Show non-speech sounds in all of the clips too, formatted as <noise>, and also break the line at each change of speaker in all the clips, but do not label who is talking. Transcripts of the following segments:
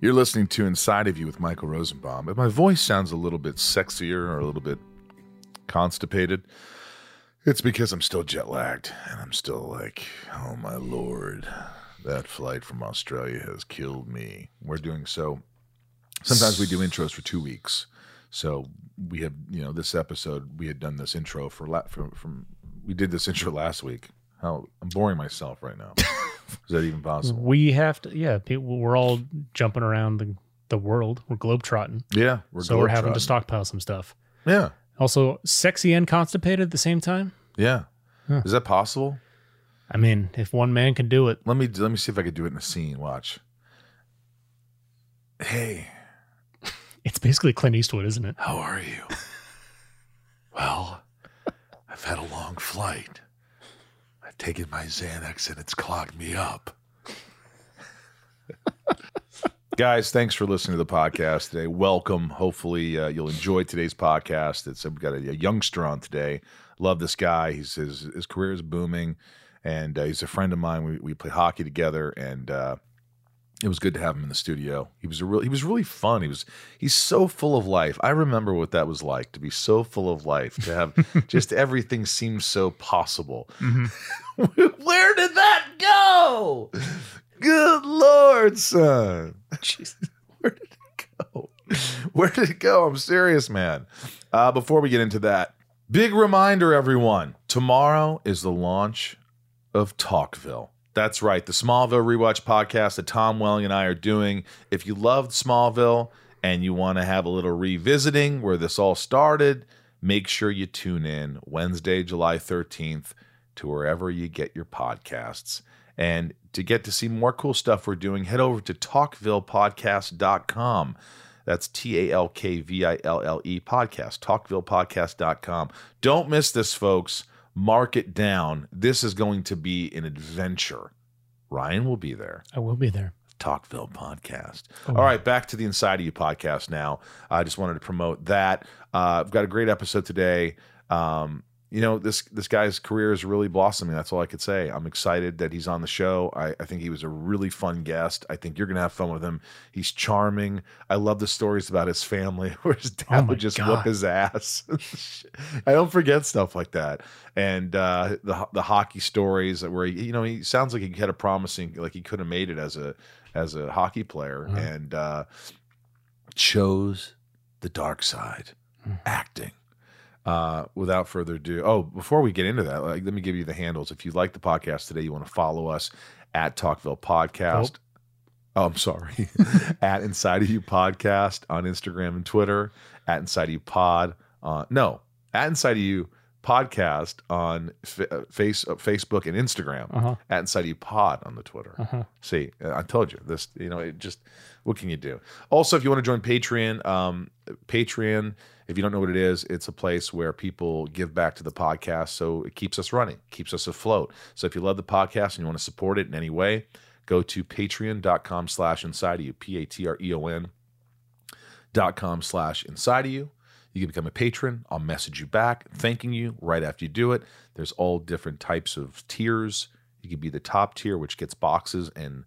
You're listening to Inside of You with Michael Rosenbaum. If my voice sounds a little bit sexier or a little bit constipated, it's because I'm still jet lagged and I'm still like, oh my lord, that flight from Australia has killed me. We're doing so. Sometimes we do intros for two weeks. So we have, you know, this episode, we had done this intro for, la- from, from, we did this intro last week. How I'm boring myself right
<laughs>
now. Is that even possible?
We have to, yeah. People, we're all jumping around the, the world. We're globetrotting,
Yeah. We're
so we're having to
globetrotting.
stockpile some stuff.
Yeah.
Also, sexy and constipated at the same time.
Yeah.
Huh.
Is that possible?
I mean, if one man can do it, <laughs>
Let me let me see if I could do it in a scene. Watch. Hey,
it's basically Clint Eastwood, isn't it?
how are you? <laughs> well, I've had a long flight. I've taken my Xanax and it's clogged me up. Guys, thanks for listening to the podcast today. Welcome. Hopefully, uh, you'll enjoy today's podcast. It's I've got a, a youngster on today. Love this guy. He's his his career is booming, and uh, he's a friend of mine. We we play hockey together, and uh, it was good to have him in the studio. He was a real he was really fun. He was he's so full of life. I remember what that was like to be so full of life to have just everything seemed so possible. <laughs> Where did that go? Good lord, son. Jesus, <laughs> where did it go? Where did it go? I'm serious, man. Uh, before we get into that, big reminder, everyone. Tomorrow is the launch of Talkville. That's right, the Smallville Rewatch podcast that Tom Welling and I are doing. If you loved Smallville and you want to have a little revisiting where this all started, make sure you tune in Wednesday, July 13th to wherever you get your podcasts. And to get to see more cool stuff we're doing, head over to talkvillepodcast.com. That's T A L K V I L L E podcast, talkvillepodcast.com. Don't miss this, folks. Mark it down. This is going to be an adventure. Ryan will be there.
I will be there.
Talkville podcast.
Oh.
All right, back to the Inside of You podcast now. I just wanted to promote that. Uh, I've got a great episode today. Um, you know this this guy's career is really blossoming. That's all I could say. I'm excited that he's on the show. I, I think he was a really fun guest. I think you're gonna have fun with him. He's charming. I love the stories about his family <laughs> where his dad
Oh my
would just
God.
whoop his ass. <laughs> I don't forget stuff like that and uh, the the hockey stories where he, you know he sounds like he had a promising like he could have made it as a as a hockey player
Uh-huh.
and uh, chose the dark side,
Hmm.
acting. Uh, without further ado, oh, before we get into that, like, let me give you the handles. If you like the podcast today, you want to follow us at Talkville Podcast. Oh, I'm sorry, <laughs> at Inside of You Podcast on Instagram and Twitter, at Inside of You Pod. Uh, no, at Inside of You Podcast on fa- uh, face uh, Facebook and Instagram,
Uh huh.
at Inside of You Pod on the Twitter.
Uh huh.
See, I told you this. You know, it just what can you do? Also, if you want to join Patreon, um, Patreon. If you don't know what it is, it's a place where people give back to the podcast, so it keeps us running, keeps us afloat. So if you love the podcast and you want to support it in any way, go to patreon.com slash inside of you, P-A-T-R-E-O-N E dot com slash inside of you. You can become a patron. I'll message you back thanking you right after you do it. There's all different types of tiers. You could be the top tier, which gets boxes and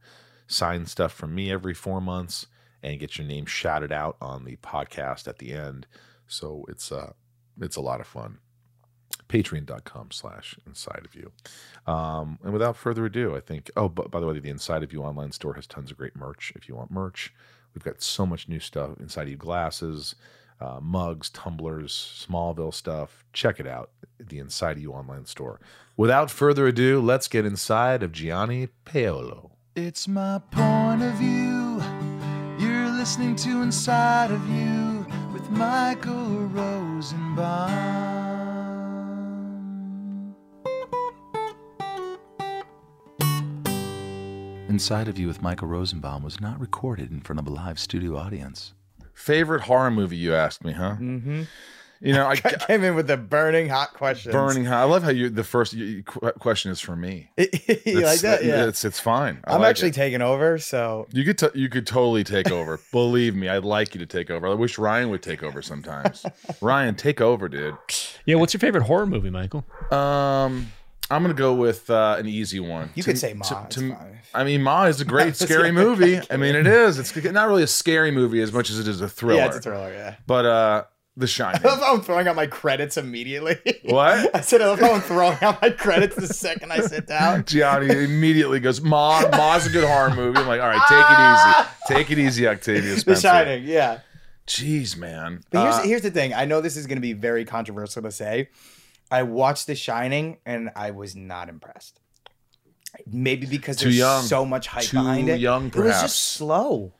sign stuff from me every four months and get your name shouted out on the podcast at the end. So it's uh it's a lot of fun. Patreon.com slash inside of you. Um, and without further ado, I think oh but by the way, the inside of you online store has tons of great merch if you want merch. We've got so much new stuff inside of you glasses, uh, mugs, tumblers, Smallville stuff. Check it out, the inside of you online store. Without further ado, let's get inside of Gianni Paolo. It's my point of view. You're listening to Inside of You with Michael Rosenbaum.
Inside of You with Michael Rosenbaum was not recorded in front of a live studio audience.
Favorite horror movie, you asked me, huh?
<laughs> Mm-hmm.
You know, <laughs> I,
I came in with the burning hot questions.
burning hot. I love how you the first you, you, qu- question is for me.
you <laughs> like
It's- uh,
that? Yeah.
it's it's fine. I
I'm
like
actually
it.
taking over, so
You could t- you could totally take
<laughs>
over. Believe me, I'd like you to take over. I wish Ryan would take over sometimes. Ryan, take over, dude.
Yeah. What's your favorite horror movie, Michael?
Um, I'm gonna go with uh, an easy one.
You
To-
could say
to-
Ma.
to-
it's fine.
I mean, Ma is
<laughs>
a great scary movie. I mean, it is. It's not really a scary movie as much as it is a thriller.
Yeah, it's a thriller. Yeah. <laughs>
But uh, The
I <laughs>
Shining.
love how I'm throwing out my credits immediately.
what?
<laughs> I said I love how I'm throwing out my credits the second I
<laughs>
sit down.
Gianni immediately goes, Ma, Ma's a good horror movie. I'm like, all right,
<laughs>
take it easy. Take it easy, Octavia Spencer.
The Shining, yeah.
Jeez, man.
But here's
Uh,
here's the thing. I know this is going to be very controversial to say. I watched The Shining and I was not impressed. Maybe because
Too
there's
young.
so much hype
Too
behind it.
young,
it was
perhaps.
just slow.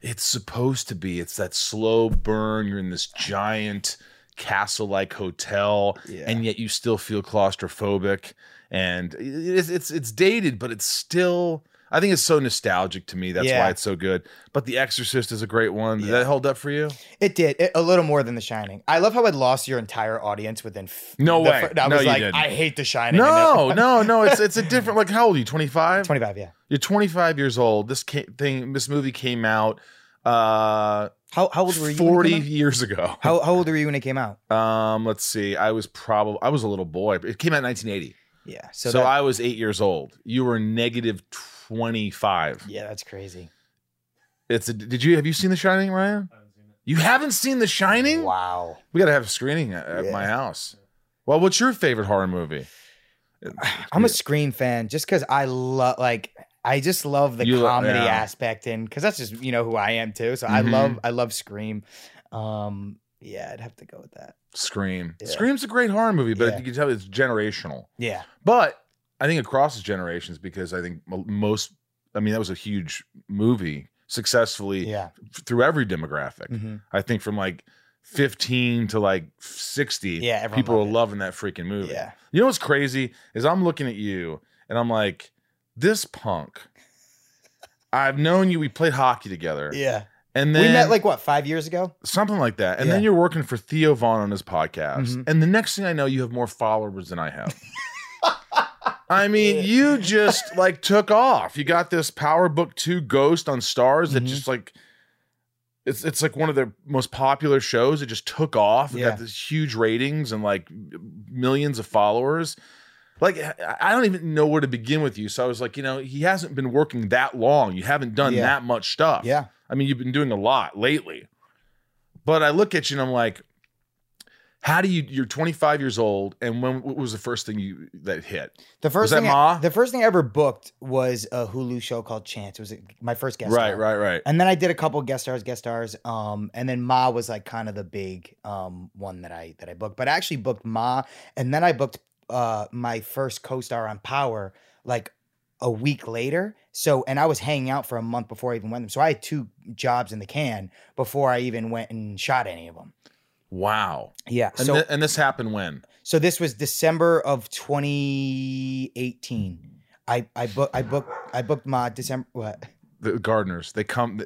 it's supposed to be. It's that slow burn. You're in this giant castle-like hotel,
Yeah.
and yet you still feel claustrophobic. And it's it's it's dated, but it's still. I think it's so nostalgic to me. That's
Yeah.
why it's so good. But The Exorcist is a great one. Did
Yeah.
that hold up for you?
It did it, a little more than The Shining. I love how I lost your entire audience within. F-
No
the
way.
fir- I
No,
was
you
like,
didn't.
I hate The Shining.
No, no, no. It's it's a different. Like, how old are you? Twenty five.
twenty five. Yeah.
You're twenty five years old. This ca- thing, this movie came out uh
How how old were you? when it
forty
came out?
years ago.
How how old were you when it came out?
Um, let's see. I was probably I was a little boy. It came out in 1980,
Yeah. So,
so,
that-
I was eight years old. You were negative 25.
yeah, that's crazy.
It's a, did you have you seen The Shining, Ryan? You haven't seen The Shining?
Wow.
We gotta have a screening at, at
Yeah.
my house. Well, what's your favorite horror movie?
I'm a Scream fan just because I love like I just love the
You lo-
comedy
yeah.
aspect in because that's just you know who I am too. So I
Mhm.
love I love Scream. Um, yeah, I'd have to go with that.
Scream.
Yeah.
Scream's a great horror movie, but
Yeah.
you can tell it's generational.
Yeah,
But I think it crosses generations because I think mo- most. I mean, that was a huge movie successfully
yeah,
f- through every demographic.
mhm.
I think from like 15 to like 60,
Yeah, everyone
people
loved
are
it.
loving that freaking movie.
yeah.
You know what's crazy is I'm looking at you and I'm like, this punk. I've known you. We played hockey together,
Yeah,
and then
we met like what five years ago. <laughs>
something like that. And then
Yeah.
you're working for Theo Vaughn on his podcast,
Mhm.
and the next thing I know, you have more followers than I have. I mean, you just like took off. You got this Power Book Two Ghost on Stars that
Mhm.
just like it's it's like one of the most popular shows. It just took off. It
Yeah.
got this huge ratings and like millions of followers. Like I I don't even know where to begin with you. So I was like, you know, he hasn't been working that long. You haven't done
Yeah.
that much stuff.
Yeah,
I mean, you've been doing a lot lately. But I look at you and I'm like, how do you? You're 25 years old, and when what was the first thing you that hit?
the first
that
thing I-
Ma?
the first thing I ever booked was a Hulu show called Chance. It was my first guest.
right,
star.
right, right.
And then I did a couple guest stars, guest stars. Um, and then Ma was like kind of the big um one that I that I booked. But I actually booked Ma, and then I booked uh my first co-star on Power like a week later. So and I was hanging out for a month before I even went. So I had two jobs in the can before I even went and shot any of them.
Wow.
Yeah.
And,
So
thi- and this happened when?
so this was December of 2018. I I book I booked I booked Ma December what.
The gardeners. They come. They,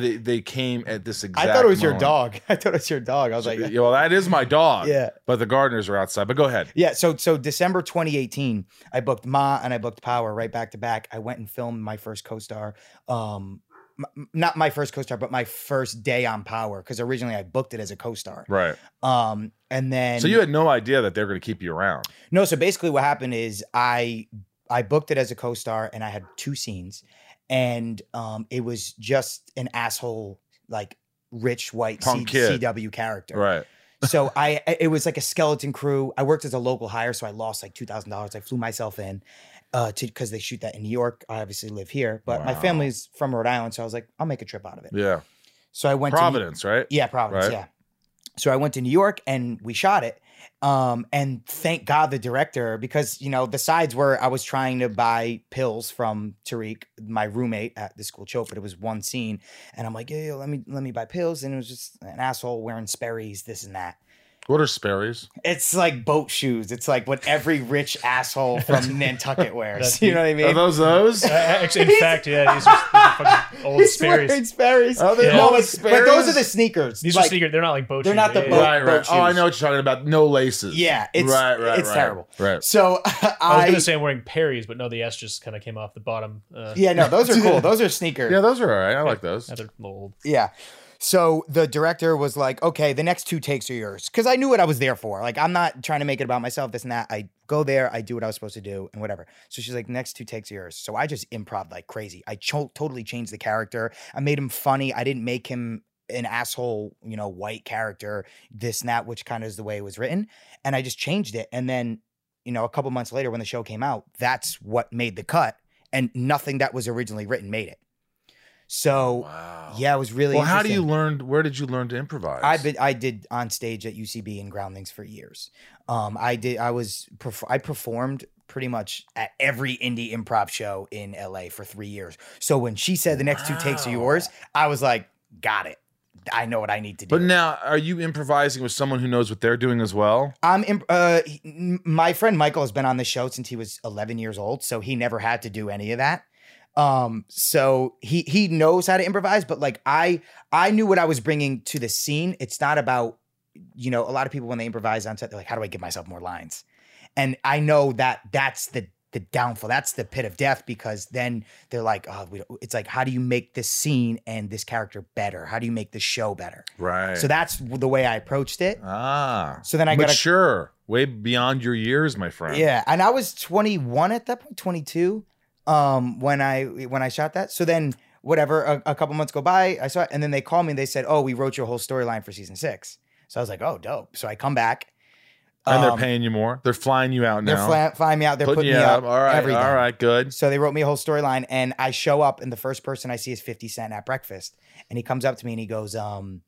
they- they came at this exact.
I thought it was your
moment.
dog. <laughs> I thought it was your dog. I was like,
Yeah, well, that is my dog.
<laughs> yeah.
But the gardeners are outside. But go ahead.
Yeah, so so December 2018, I booked Ma and I booked Power right back to back. I went and filmed my first co-star, um, m- m- not my first co-star, but my first day on Power because originally I booked it as a co-star.
Right.
Um, and then
so you had no idea that they were going to keep you around.
no, so basically what happened is I I booked it as a co-star and I had two scenes, and um, it was just an asshole like rich white
Punk kid.
CW character,
Right.
<laughs> so I I- it was like a skeleton crew. I worked as a local hire, so I lost like two thousand dollars. I flew myself in uh to because they shoot that in New York. I obviously live here, but my
Wow.
family's from Rhode Island, so I was like, I'll make a trip out of it.
Yeah.
So I went to New-
Providence. Right.
yeah, Providence,
Right.
yeah. So I went to New York and we shot it. Um, and thank God the director, because you know, the sides were I was trying to buy pills from Tariq, my roommate at the school choke, but it was one scene, and I'm like, yeah, yeah, let me let me buy pills, and it was just an asshole wearing Sperry's, this and that.
What are Sperry's?
It's like boat shoes. It's like what every rich asshole from Nantucket wears.
That's-
You know what I
Are
mean?
those
<laughs>
those?
<laughs> Uh, actually, in fact, yeah, these are, these are fucking old
He's
Sperry's.
wearing Sperry's.
Are they
Yeah.
No,
all
but, but those are
Oh, Sperry's?
the sneakers.
These are
Like,
secret. They're not like boat.
they're
shoes.
not the
Yeah,
boat-
yeah.
right, right.
boat
Oh, I
shoes.
know what you're talking about. No laces.
Yeah, it's it's terrible.
Right.
So <laughs>
I was
I,
gonna say I'm wearing Perry's, but no, the S just kind of came off the bottom. Uh,
yeah, no, those are cool. Those are sneakers.
Yeah,
Yeah.
those are all right. I like those.
Another little old.
yeah. So the director was like, okay, the next two takes are yours. Cause I knew what I was there for. Like, I'm not trying to make it about myself, this and that. I go there, I do what I was supposed to do, and whatever. So she's like, next two takes are yours. So I just improv like crazy. I cho- totally changed the character. I made him funny. I didn't make him an asshole, you know, white character, this and that, which kind of is the way it was written. And I just changed it. And then, you know, a couple months later when the show came out, that's what made the cut. And nothing that was originally written made it. So
Wow.
yeah, it was really.
Oh. Well, how do you
interesting.
learn? Where did you learn to improvise?
I been, I did on stage at UCB and Groundlings for years. Um, I did. I was. perf- I performed pretty much at every indie improv show in LA for three years. So when she said the next two takes are yours, I was like, got it. I know what I need to do.
But now, are you improvising with someone who knows what they're doing as well?
I'm imp- uh, he- m- my friend Michael has been on the show since he was 11 years old, so he never had to do any of that. Um, so he he knows how to improvise, but like I I knew what I was bringing to the scene. It's not about you know a lot of people when they improvise on set, they're like, how do I give myself more lines? And I know that that's the the downfall. That's the pit of death because then they're like, oh, we don't, it's like, how do you make this scene and this character better? How do you make the show better?
Right.
So that's the way I approached it.
ah.
So then I got a
mature, way beyond your years, my friend.
Yeah, and I was 21 at that point, 22, um, when I when I shot that. So then, whatever, a, a couple months go by, I saw it, and then they called me and they said, "Oh, we wrote your whole storyline for season six. So I was like, "Oh, dope!" So I come back,
And they're
um,
paying you more. They're flying you out now.
They're fla- flying me out. They're
putting,
putting,
you
me
up.
up.
All right.
everything.
All right. Good.
So they wrote me a whole storyline, and I show up, and the first person I see is 50 Cent at breakfast. And he comes up to me and he goes, um,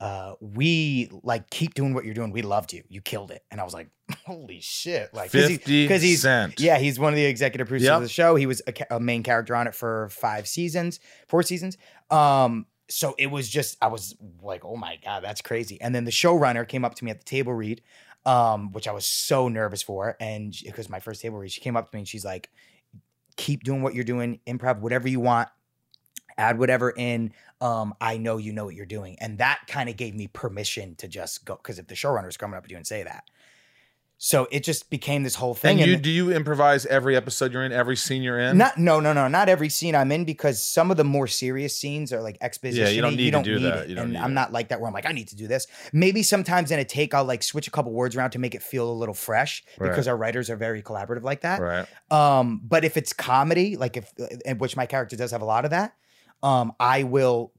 uh, we like keep doing what you're doing. We loved you. You killed it. And I was like, <laughs> holy shit. Like, 'cause he-
Fifty
he's
cent.
yeah, he's one of the executive producers
Yep.
of the show. He was a, ca- a main character on it for five seasons, four seasons. Um, so it was just, I was like, oh my God, that's crazy. And then the showrunner came up to me at the table read, um, which I was so nervous for. And she- it was my first table read. She came up to me and she's like, keep doing what you're doing, improv, whatever you want, add whatever in. Um, I know you know what you're doing. And that kind of gave me permission to just go. Cause if the showrunner's coming up to you and say that. So it just became this whole thing.
And you
th-
do you improvise every episode you're in, every scene you're in?
not no no no not every scene I'm in because some of the more serious scenes are like exposition.
need to do that.
It.
You don't
and
need
I'm
it.
not like that where I'm like I need to do this. Maybe sometimes in a take I'll like switch a couple words around to make it feel a little fresh because our writers are very collaborative like that.
Right.
Um, but if it's comedy, like if uh, and which my character does have a lot of that, um, I will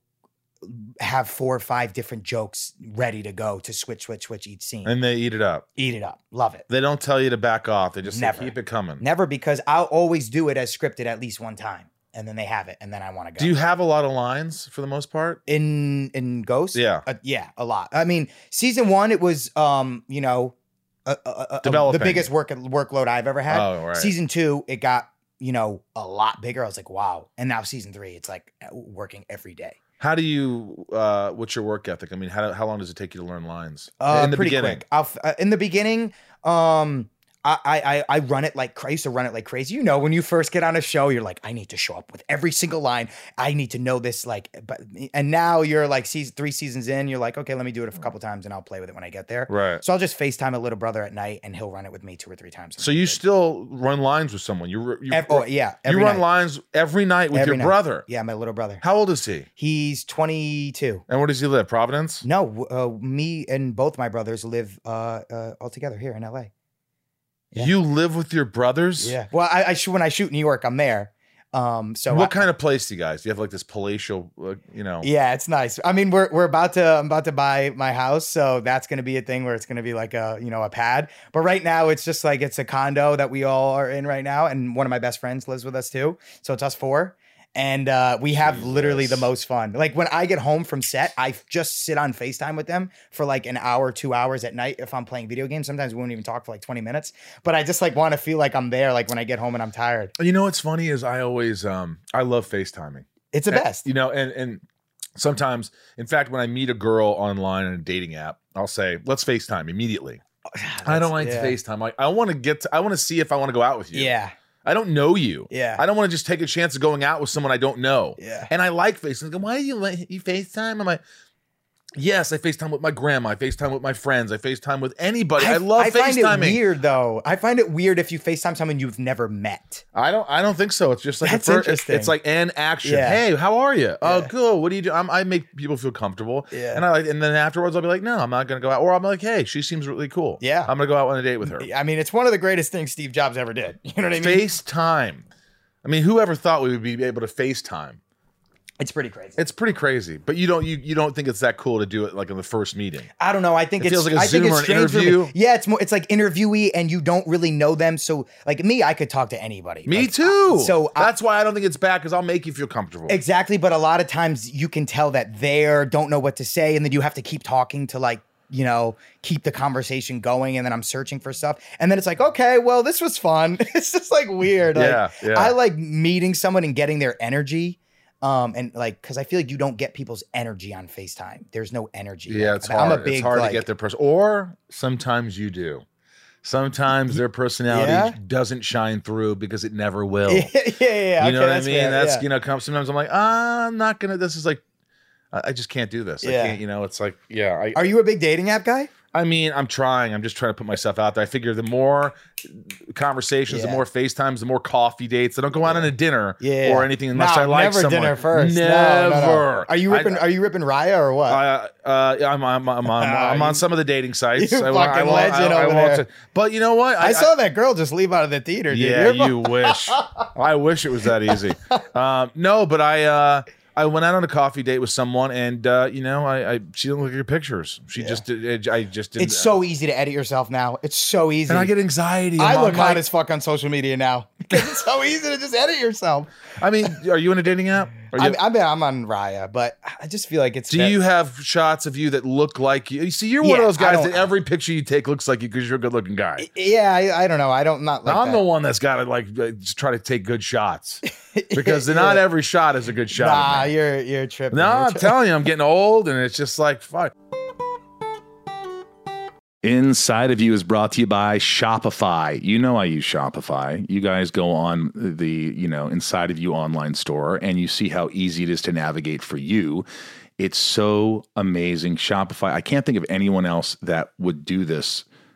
have four or five different jokes ready to go to switch switch switch each scene.
And they eat it up.
Eat it up, love it.
They don't tell you to back off. They just say,
Never.
keep it coming.
Never because I'll always do it as scripted at least one time, and then they have it, and then I want to go.
Do you have a lot of lines for the most part?
in in Ghost?
Yeah.
Uh, yeah, a lot. I mean, season one, it was um, you know, a, a- a- a-
Developing.
the biggest work workload I've ever had.
Oh, right.
Season two, it got you know a lot bigger. I was like, wow. And now season three, it's like uh, working every day.
How do you? Uh, what's your work ethic? I mean, how, how long does it take you to learn lines
Uh,
in the
pretty
beginning?
quick. I'll, f- uh, in the beginning, um. I, I I- I run it like cra- I used to run it like crazy. You know, when you first get on a show, you're like, I need to show up with every single line. I need to know this like. But and now you're like season three seasons in. You're like, okay, let me do it a couple times and I'll play with it when I get there.
Right.
So I'll just FaceTime a little brother at night and he'll run it with me two or three times.
So you still run lines with someone? You you,
Ev- oh, yeah.
you
Every
run
night.
lines every night with
Every
your
night.
brother.
Yeah, my little brother.
How old is he?
He's 22.
And where does he live? Providence.
No, w- uh, me and both my brothers live uh, uh, all together here in LA. yeah.
You live with your brothers.
Yeah. Well, I, I shoot when I shoot New York, I'm there. Um, so
what
I-
kind of place do you guys? Do you have like this palatial, uh, you know?
Yeah, it's nice. I mean, we're we're about to I'm about to buy my house, so that's going to be a thing where it's going to be like a you know a pad. But right now, it's just like it's a condo that we all are in right now, and one of my best friends lives with us too, so it's us four. And uh, we have literally the
Jesus.
most fun. Like when I get home from set, I f- just sit on FaceTime with them for like an hour, two hours at night if I'm playing video games. Sometimes we won't even talk for like 20 minutes, but I just like want to feel like I'm there, like when I get home and I'm tired.
You know what's funny is I always um I love FaceTiming.
It's the
And-
best.
Eh, You know, and and sometimes, in fact, when I meet a girl online on a dating app, I'll say, "Let's FaceTime immediately." I don't like
yeah.
to FaceTime. I, I want to get. To, I want to see if I want to go out with you.
Yeah.
I don't know you.
Yeah.
I don't want to just take a chance of going out with someone I don't know.
yeah.
And I like FaceTime. Why do you like you FaceTime? I'm like,
Yes, I FaceTime with my grandma. I FaceTime with my friends. I FaceTime with anybody. I,
f-
love
find it
FaceTiming.
weird though. I find it weird if you FaceTime someone you've never met.
I don't. I don't think so. It's just like a
That's
fir-
interesting.
It's like an action.
Yeah.
Hey, how are you? Oh,
Yeah.
good. What do you do? I'm, I make people feel comfortable.
Yeah.
And I like. And then afterwards, I'll be like, no, I'm not gonna go out. Or I'm like, hey, she seems really cool.
Yeah.
I'm gonna go out on a date with her.
I mean, it's one of the greatest things Steve Jobs ever did. <laughs> You know what I mean?
FaceTime. I mean, whoever thought we would be able to FaceTime?
It's pretty crazy.
It's pretty crazy. But you don't. You you don't think it's that cool to do it like in the first meeting.
I don't know. I think
It
it's
feels like a
I
Zoom
think it's
or an
strange for me.
interview.
Yeah, it's more. It's like interviewee, and you don't really know them. So, like me, I could talk to anybody.
Me
Like,
too.
so I-
that's why I don't think it's bad because I'll make you feel comfortable.
Exactly, but a lot of times you can tell that they're don't know what to say, and then you have to keep talking to like you know keep the conversation going, and then I'm searching for stuff, and then it's like okay, well this was fun. <laughs> it's just like weird. Like,
Yeah, yeah.
I like meeting someone and getting their energy. Um, and like, cause I feel like you don't get people's energy on FaceTime. There's no energy.
Yeah,
Like,
it's
I'm
hard.
a big,
it's hard
like-
to
<laughs>
get their person. Or sometimes you do. Sometimes their personality
Yeah?
doesn't shine through because it never will.
<laughs> yeah, yeah, yeah.
you know
okay,
what I
that's
mean?
fair,
that's
yeah.
you know. Come, sometimes I'm like, ah, I'm not gonna. This is like, I, I just can't do this. I
Yeah.
can't. You know, it's like, yeah. I,
Are you a big dating app guy?
I mean, I'm trying. I'm just trying to put myself out there. I figure the more conversations, the
Yeah.
more FaceTimes, the more coffee dates. I don't go out on a dinner
Yeah.
or anything unless
No,
I like
never
someone.
dinner first. No,
Never.
no, no. Are you
I-
ripping? are you ripping Raya or what?
Uh, uh, yeah, I'm, I'm, I'm,
<laughs>
on,
Ah,
I'm on
you-
some of the dating sites.
you
won't-
fucking
won't-
legend over
won't
there.
t- but you know what?
I, saw that girl just leave out of the theater. Dude.
yeah,
You're fu-
you
<laughs>
wish. I wish it was that easy. Um, no, but I uh, I went out on a coffee date with someone, and uh, you know, I, I she didn't look at your pictures. She
Yeah.
just did. I just didn't.
It's so easy to edit yourself now. It's so easy.
and I get anxiety.
I
I'm
look
like-
hot as fuck on social media
<laughs>
now. <laughs> it's so easy to just edit yourself.
I mean, are you in a dating app? Are you,
I, mean, I mean, I'm on Raya, but I just feel like it's.
do
that-
you have shots of you that look like you? See, you're one of
Yeah,
those
I
guys
don't-
that every picture you take looks like you because you're a good-looking guy.
Yeah, I, I don't know. I don't not like.
I'm
that.
the one that's got to like uh, just try to take good
<laughs>
shots because not every shot is a good shot.
Nah,
of me.
you're you're tripping.
no,
You're
I'm
tri-
telling you, I'm getting old, and it's just like fuck.
Inside of You is brought to you by Shopify. You know I use Shopify. You guys go on the, you know, Inside of You online store and you see how easy it is to navigate for you. It's so amazing. Shopify, I can't think of anyone else that would do this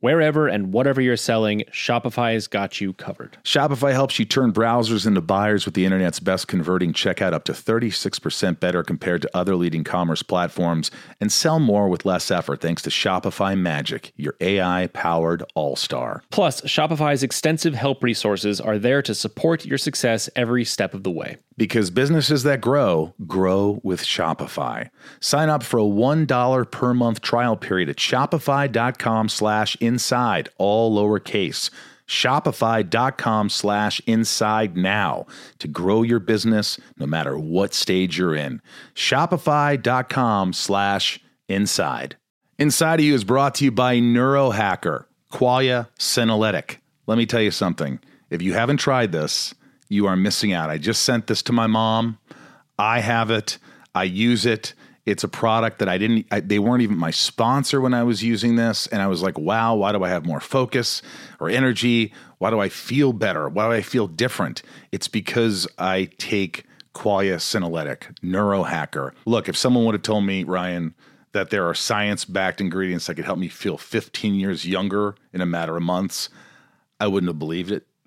Wherever and whatever you're selling, Shopify's got you covered.
Shopify helps you turn browsers into buyers with the internet's best converting checkout up to 36% better compared to other leading commerce platforms and sell more with less effort thanks to Shopify Magic, your AI powered all star.
Plus, Shopify's extensive help resources are there to support your success every step of the way.
Because businesses that grow, grow with Shopify. Sign up for a $1 per month trial period at shopify.com slash inside, all lowercase. Shopify.com slash inside now to grow your business no matter what stage you're in. Shopify.com slash inside. Inside of You is brought to you by Neurohacker, Qualia Synalytic. Let me tell you something. If you haven't tried this, you are missing out. I just sent this to my mom. I have it. I use it. It's a product that I didn't, I, they weren't even my sponsor when I was using this. And I was like, wow, why do I have more focus or energy? Why do I feel better? Why do I feel different? It's because I take Qualia Synalytic, Neurohacker. Look, if someone would have told me, Ryan, that there are science backed ingredients that could help me feel 15 years younger in a matter of months, I wouldn't have believed it.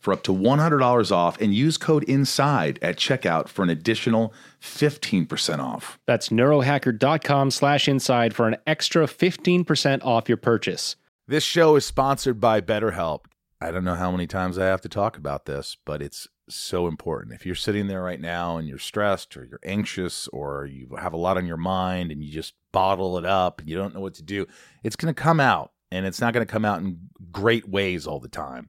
for up to $100 off and use code inside at checkout for an additional 15% off
That's neurohacker.com slash inside for an extra 15% off your purchase.
This show is sponsored by BetterHelp. I don't know how many times I have to talk about this, but it's so important. If you're sitting there right now and you're stressed or you're anxious or you have a lot on your mind and you just bottle it up and you don't know what to do, it's going to come out and it's not going to come out in great ways all the time.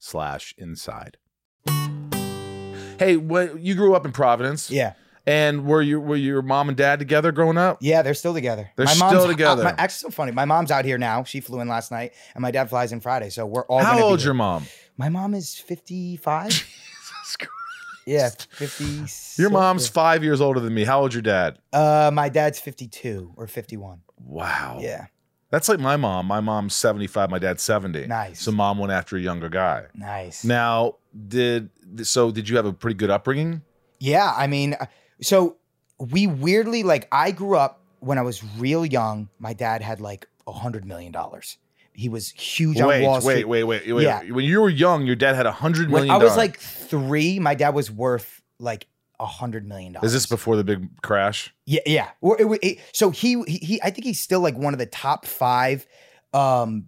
slash inside.
Hey, what you grew up in Providence?
Yeah.
And were you were your mom and dad together growing up?
Yeah, they're still together.
They're
mom's uh,
still together.
my- actually, it's so funny. My mom's out here now. She flew in last night, and my dad flies in Friday. So we're all.
How
gonna be
old's
here.
your mom?
My mom
<laughs>
is fifty-five. yeah, fifty.
Your mom's five years older than me. How old's your dad?
Uh, my dad's fifty-two or fifty-one.
Wow.
Yeah,
That's like my mom. My mom's 75, my dad's 70.
Nice.
So mom went after a younger guy.
nice.
Now, did so did you have a pretty good upbringing?
Yeah, I mean, uh, so we weirdly like I grew up when I was real young. My dad had like a hundred million dollars. He was huge on
Wait,
Wall Street.
wait, wait, wait, wait.
Yeah.
When you were young, your dad had a hundred
When
million
I
dollars.
was like three, my dad was worth like a hundred million dollars.
Is this before the big crash?
Yeah, yeah. Or it, wa- it, so he, he he I think he's still like one of the top five um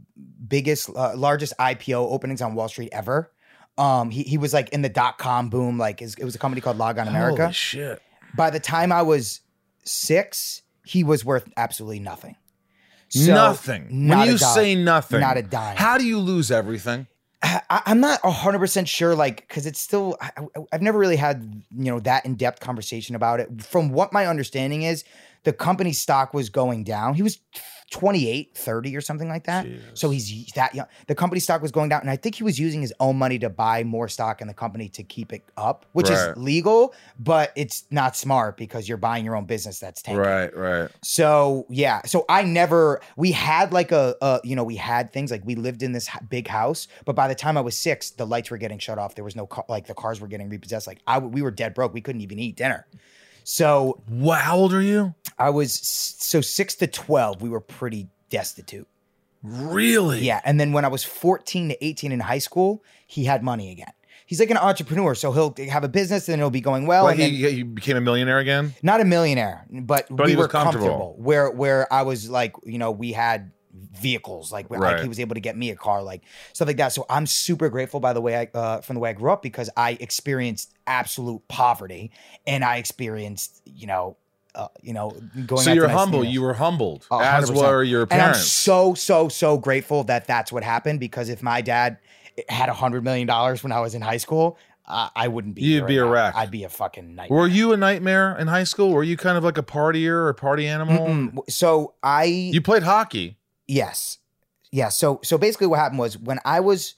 biggest uh, largest IPO openings on Wall Street ever. Um, he, he was like in the dot com boom. Like his, it was a company called Log On America.
Holy shit.
By the time I was six, he was worth absolutely nothing. So,
nothing.
not
When
a
you
dime.
say nothing,
not a dime.
how do you lose everything?
I, I'm not 100% sure, like, because it's still, I, I- I've never really had, you know, that in depth conversation about it. From what my understanding is, the company stock was going down. He was 28, 30 or something like that. So he's that young. The company stock was going down, and I think he was using his own money to buy more stock in the company to keep it up, which
Right.
is legal, but it's not smart because you're buying your own business that's tanking.
Right, right.
So yeah, so I never we had like a, a you know we had things like we lived in this h- big house, but by the time I was six, the lights were getting shut off. There was no car, like the cars were getting repossessed. Like I w- we were dead broke. We couldn't even eat dinner. So
What? How old are you?
I was s- so six to twelve, we were pretty destitute.
Really?
Yeah, and then when I was fourteen to eighteen in high school, he had money again. He's like an entrepreneur, so he'll have a business and it'll be going well.
Like
and then-
he, he became a millionaire again.
not a millionaire, but,
But
we
he was
were comfortable.
comfortable.
Where where I was like, you know, we had vehicles, like, where-
Right.
like he was able to get me a car, like stuff like that. So I'm super grateful by the way I uh, from the way I grew up because I experienced absolute poverty and I experienced, you know, uh, you know, going.
So
out to
you're
nice
humble.
dinners.
You were humbled,
A hundred
as
percent.
were your
And I'm
parents.
so so so grateful that that's what happened because if my dad had a hundred million dollars when I was in high school, uh, I wouldn't be.
You'd
here
be
right
a
now.
wreck.
I'd be a fucking nightmare.
were you a nightmare in high school? Were you kind of like a partier or party animal?
Mm-mm. So I
You played hockey.
Yes. Yeah. So so basically what happened was when I was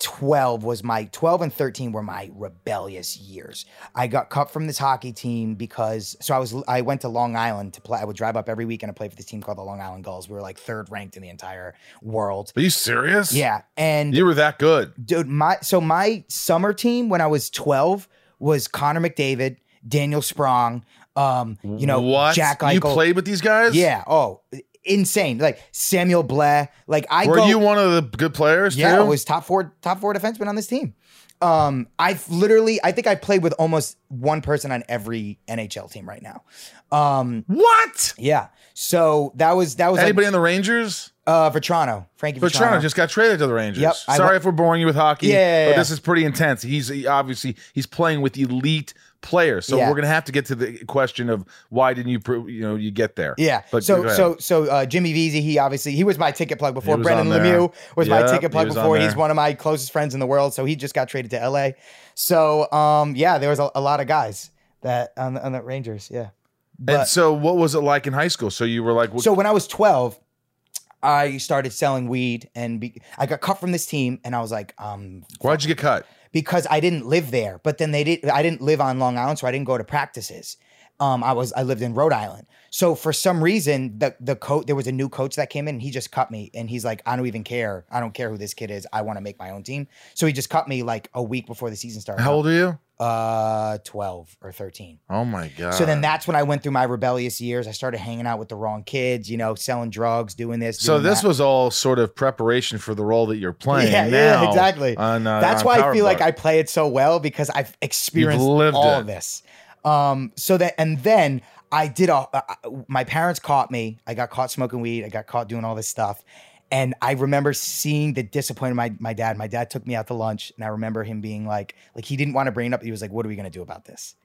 12 was my 12 and 13 were my rebellious years. I got cut from this hockey team because so I was I went to Long Island to play. I would drive up every weekend and play for this team called the Long Island Gulls. We were like third ranked in the entire world.
Are you serious?
Yeah. And
You were that good.
dude, my so my summer team when I was 12 was Connor McDavid, Daniel Sprong, um, you know,
what?
Jack Eichel.
You played with these guys?
Yeah. Oh, insane. Like Samuel Blair. Like I
Were
go,
you one of the good players?
yeah,
too?
I was top four, top four defenseman on this team. Um, I've literally, I think I played with almost one person on every NHL team right now. Um,
What?
yeah. So that was that was
Anybody
like,
on the Rangers?
uh Vetrano, Frankie Vetrano.
Vetrano just got traded to the Rangers.
Yep, I
Sorry
wa-
if we're boring you with hockey.
Yeah, yeah,
but
yeah.
this is pretty intense. He's he, obviously he's playing with elite players, so
Yeah.
we're gonna have to get to the question of why didn't you pro- you know you get there?
yeah.
But go
so
ahead.
so so uh, Jimmy Veazey, he obviously he was my ticket plug before.
was
Brendan
on there.
Lemieux was
Yep,
my ticket
he
plug
was on
before. He's
there.
one of my closest friends in the world. So he just got traded to LA. So um, yeah, there was a, a lot of guys that on the, on the Rangers. Yeah.
and
but-
so what was it like in high school? So you were like, what,
So when I was 12, I started selling weed and be, I got cut from this team and I was like, um,
why'd you get cut?
because I didn't live there, but then they did, I didn't live on Long Island. So I didn't go to practices. Um, I was, I lived in Rhode Island. So for some reason the, the coach, there was a new coach that came in and he just cut me and he's like, I don't even care. I don't care who this kid is. I want to make my own team. So he just cut me like a week before the season started.
How old are you?
Uh, 12 or 13.
Oh my god!
So then that's when I went through my rebellious years. I started hanging out with the wrong kids, you know, selling drugs, doing this.
so
doing
this
that.
was all sort of preparation for the role that you're playing.
Yeah, yeah,
now
<laughs> exactly.
on, uh,
that's
on
why I
Power
feel like
Book.
I play it so well because I've experienced
lived
all
it.
of this. Um, so that and then I did a. Uh, my parents caught me. I got caught smoking weed. I got caught doing all this stuff. And I remember seeing the disappointment of my, my dad. My dad took me out to lunch, and I remember him being like, like he didn't want to bring it up. He was like, "What are we gonna do about this?"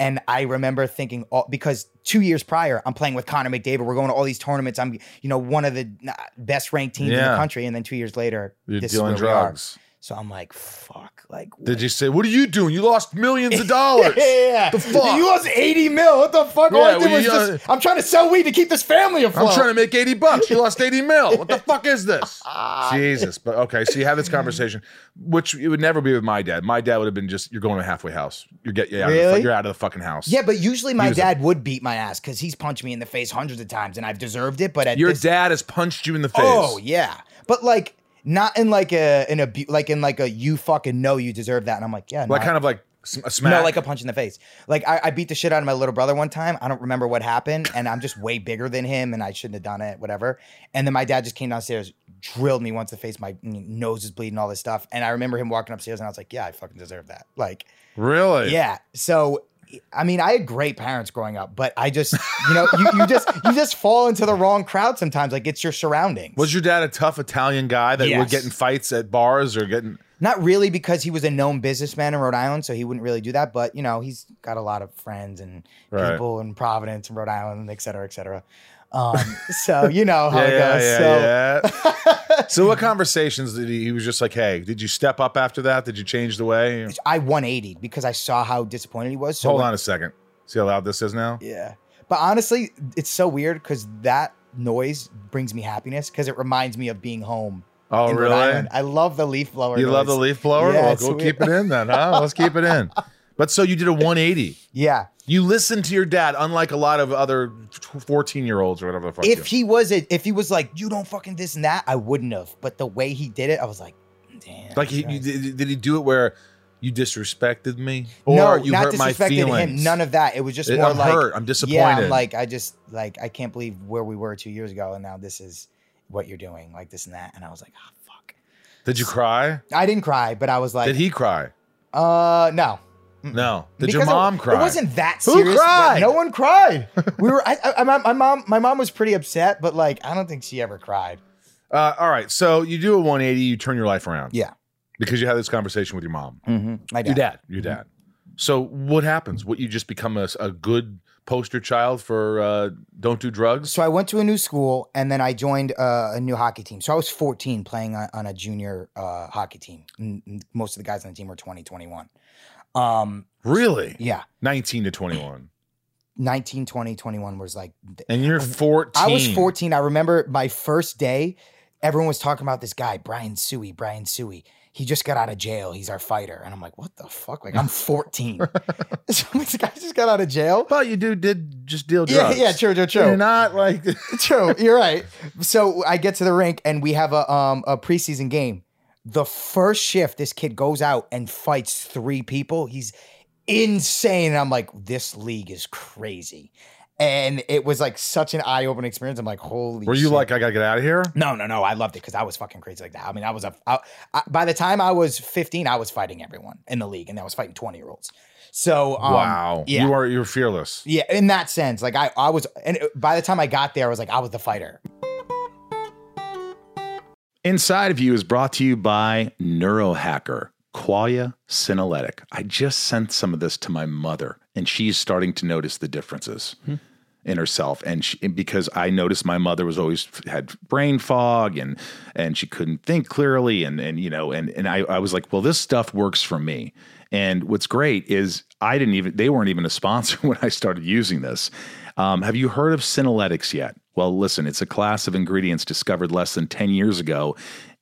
And I remember thinking, all, because two years prior, I'm playing with Connor McDavid. We're going to all these tournaments. I'm, you know, one of the uh, best ranked teams in
Yeah.
the country. And then two years later,
you're
this
dealing
is where we are.
drugs.
So I'm like, fuck. Like,
Did you say what are you doing? You lost millions
<laughs>
of dollars.
yeah,
The fuck?
You lost 80 mil. What the fuck? all
Yeah,
I did
well,
was
you, uh,
just, I'm trying to sell weed to keep this family afloat.
I'm trying to make 80 bucks. You lost 80 mil.
<laughs>
What the fuck is this?
Ah.
Jesus. But okay, so you have this conversation, which it would never be with my dad. My dad would have been just, you're going to a halfway house. You're get yeah,
Really?
you're out of the fucking house.
yeah, but usually my
Use 'em.
dad would beat my ass because he's punched me in the face hundreds of times and I've deserved it. But at
Your
this,
dad has punched you in the face.
oh yeah, but like not in like a an abu- like in like a you fucking know you deserve that. And I'm like, yeah, no,
Like
I-
kind of like s- a smack.
No, like a punch in the face. Like I, I beat the shit out of my little brother one time. I don't remember what happened, and I'm just way bigger than him, and I shouldn't have done it, whatever. And then my dad just came downstairs, drilled me once in the face. My n- nose is bleeding, all this stuff. And I remember him walking upstairs, and I was like, "Yeah, I fucking deserve that." Like,
really?
yeah. So, I mean, I had great parents growing up, but I just, you know, you, you just you just fall into the wrong crowd sometimes. Like it's your surroundings.
Was your dad a tough Italian guy that would
Yes.
get in fights at bars or getting?
Not really because he was a known businessman in Rhode Island, so he wouldn't really do that. But you know, he's got a lot of friends and
Right.
people in Providence and Rhode Island, et cetera, et cetera. Um, <laughs> so you know
<laughs>
how
Yeah,
it
yeah,
goes.
yeah,
so
yeah. so what conversations did he? He was just like, "Hey, did you step up after that? Did you change the way?"
<laughs> I 180 because I saw how disappointed he was. So
Hold
when-
on a second. See how loud this is now.
yeah. But honestly, it's so weird because that noise brings me happiness because it reminds me of being home.
Oh,
in Rhode
really?
Island. I love the leaf blower.
You love the
noise.
leaf blower?
Yeah,
well,
it's
we'll
weird.
keep it in then, huh? Let's keep it
<laughs>
in. But so you did a 180.
Yeah.
You listened to your dad, unlike a lot of other 14 year olds or whatever the fuck.
If
you.
he was it, if he was like, you don't fucking this and that, I wouldn't have. But the way he did it, I was like, damn.
like, he,
right.
you, did, did he do it where you disrespected me or
no,
you
not
hurt my
disrespected
feelings?
him. None of that. It was just
It-
more
I'm
like,
hurt. I'm disappointed.
yeah, I'm like, I just like, I can't believe where we were two years ago, and now this is what you're doing, like this and that. And I was like, ah, fuck.
did you cry?
I didn't cry, but I was like,
did he cry?
uh, no. Mm-mm.
No. Did your
Because it-
mom cry?
It wasn't that
Who
serious. but
cried?
No
<laughs>
one cried. We were. I, I, my, my mom. My mom was pretty upset, but like, I don't think she ever cried.
Uh, all right. So you do a 180, you turn your life around.
Yeah.
Because you had this conversation with your mom.
My dad.
Your dad. Your dad. So what happens? What you just become a, a good poster child for uh, don't do drugs?
So I went to a new school, and then I joined uh, a new hockey team. So I was 14, playing on, on a junior uh, hockey team. N- n- Most of the guys on the team were 20, 21. Um,
Really?
yeah,
19 to 21.
19, 20, 21 was like
And you're 14.
I was 14. I remember my first day, everyone was talking about this guy, Brian Suey, Brian Suey. He just got out of jail. He's our fighter. And I'm like, what the
<laughs>
fuck? Like, I'm 14. so <laughs> this guy just got out of jail.
But you do did just deal
Yeah,
drugs.
yeah, true, true,
You're
true.
not like <laughs>
true. You're right. So I get to the rink and we have a um a preseason game. The first shift, this kid goes out and fights three people. He's insane. And I'm like, this league is crazy. And it was like such an eye-opening experience. I'm like, holy
Were you
shit.
like I got to get out of here?
No, no, no. I loved it because I was fucking crazy like that. I mean, I was a. I, I, by the time I was 15, I was fighting everyone in the league, and I was fighting 20 year olds. So um,
wow.
yeah.
You are you're fearless.
yeah, in that sense, like I, I was, and it- by the time I got there, I was like, I was the fighter.
Inside of You is brought to you by Neurohacker, Qualia Synalytic. I just sent some of this to my mother, and she's starting to notice the differences in herself. And she, and because I noticed my mother was always had brain fog and and she couldn't think clearly, and and you know, and and I, I was like, well, this stuff works for me. And what's great is I didn't even they weren't even a sponsor <laughs> when I started using this. Um, have you heard of Synalytics yet? Well, listen, it's a class of ingredients discovered less than 10 years ago,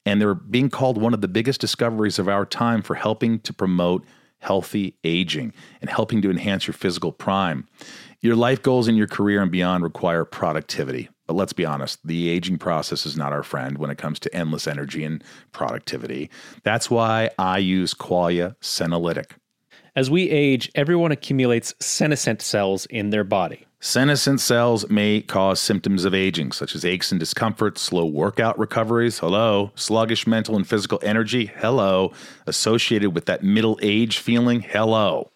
and they're being called one of the biggest discoveries of our time for helping to promote healthy aging and helping to enhance your physical prime. Your life goals in your career and beyond require productivity. But let's be honest, the aging process is not our friend when it comes to endless energy and productivity. That's why I use Qualia Senolytic.
As we age, everyone accumulates senescent cells in their body.
Senescent cells may cause symptoms of aging, such as aches and discomfort, slow workout recoveries, hello, sluggish mental and physical energy, hello, associated with that middle age feeling, hello.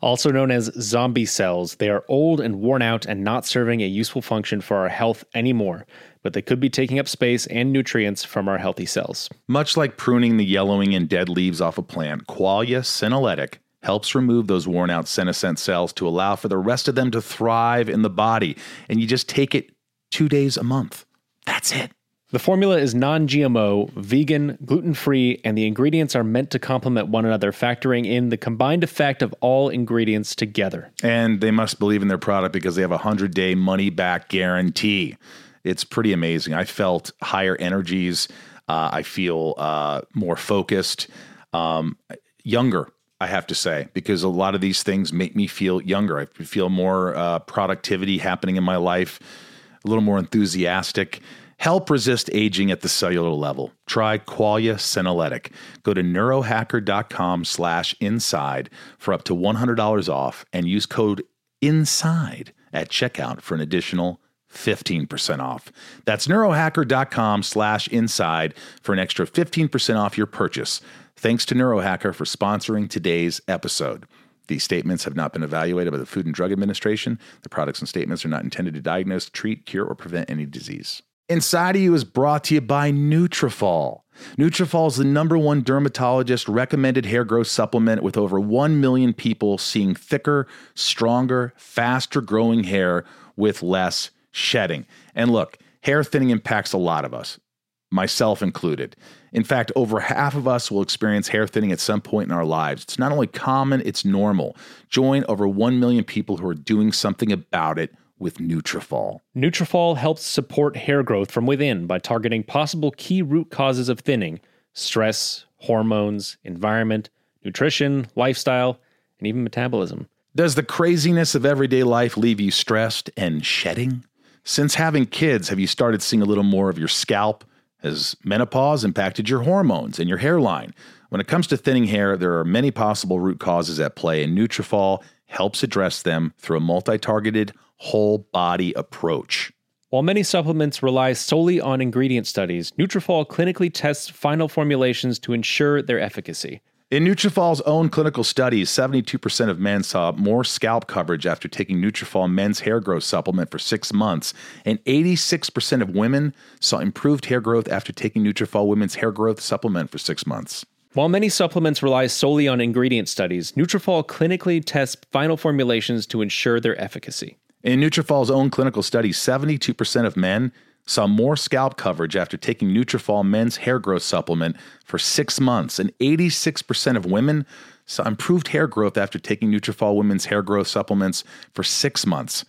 Also known as zombie cells, they are old and worn out and not serving a useful function for our health anymore, but they could be taking up space and nutrients from our healthy cells.
Much like pruning the yellowing and dead leaves off a plant, Qualia senolytic helps remove those worn out senescent cells to allow for the rest of them to thrive in the body. And you just take it two days a month. That's it.
The formula is non GMO, vegan, gluten free, and the ingredients are meant to complement one another, factoring in the combined effect of all ingredients together.
And they must believe in their product because they have a 100 day money back guarantee. It's pretty amazing. I felt higher energies. Uh, I feel uh, more focused, um, younger, I have to say, because a lot of these things make me feel younger. I feel more uh, productivity happening in my life, a little more enthusiastic. Help resist aging at the cellular level. Try Qualia Senolytic. Go to neurohacker.com slash inside for up to $100 off and use code INSIDE at checkout for an additional 15% off. That's neurohacker.com slash inside for an extra 15% off your purchase. Thanks to Neurohacker for sponsoring today's episode. These statements have not been evaluated by the Food and Drug Administration. The products and statements are not intended to diagnose, treat, cure, or prevent any disease. Inside of You is brought to you by Nutrafol. Nutrafol is the number one dermatologist recommended hair growth supplement with over 1 million people seeing thicker, stronger, faster growing hair with less shedding. And look, hair thinning impacts a lot of us myself included. In fact, over half of us will experience hair thinning at some point in our lives. It's not only common, it's normal. Join over 1 million people who are doing something about it with Nutrafol.
Nutrafol helps support hair growth from within by targeting possible key root causes of thinning: stress, hormones, environment, nutrition, lifestyle, and even metabolism.
Does the craziness of everyday life leave you stressed and shedding? Since having kids, have you started seeing a little more of your scalp? Has menopause impacted your hormones and your hairline? When it comes to thinning hair, there are many possible root causes at play, and Nutrafol helps address them through a multi-targeted whole body approach.
While many supplements rely solely on ingredient studies, Nutrafol clinically tests final formulations to ensure their efficacy.
In Nutrafol's own clinical studies, 72% of men saw more scalp coverage after taking Nutrafol men's hair growth supplement for six months, and 86% of women saw improved hair growth after taking Nutrafol women's hair growth supplement for six months.
While many supplements rely solely on ingredient studies, Nutrafol clinically tests final formulations to ensure their efficacy.
In Nutrafol's own clinical study, 72% of men saw more scalp coverage after taking Nutrafol men's hair growth supplement for six months, and 86% of women saw improved hair growth after taking Nutrafol women's hair growth supplements for six months.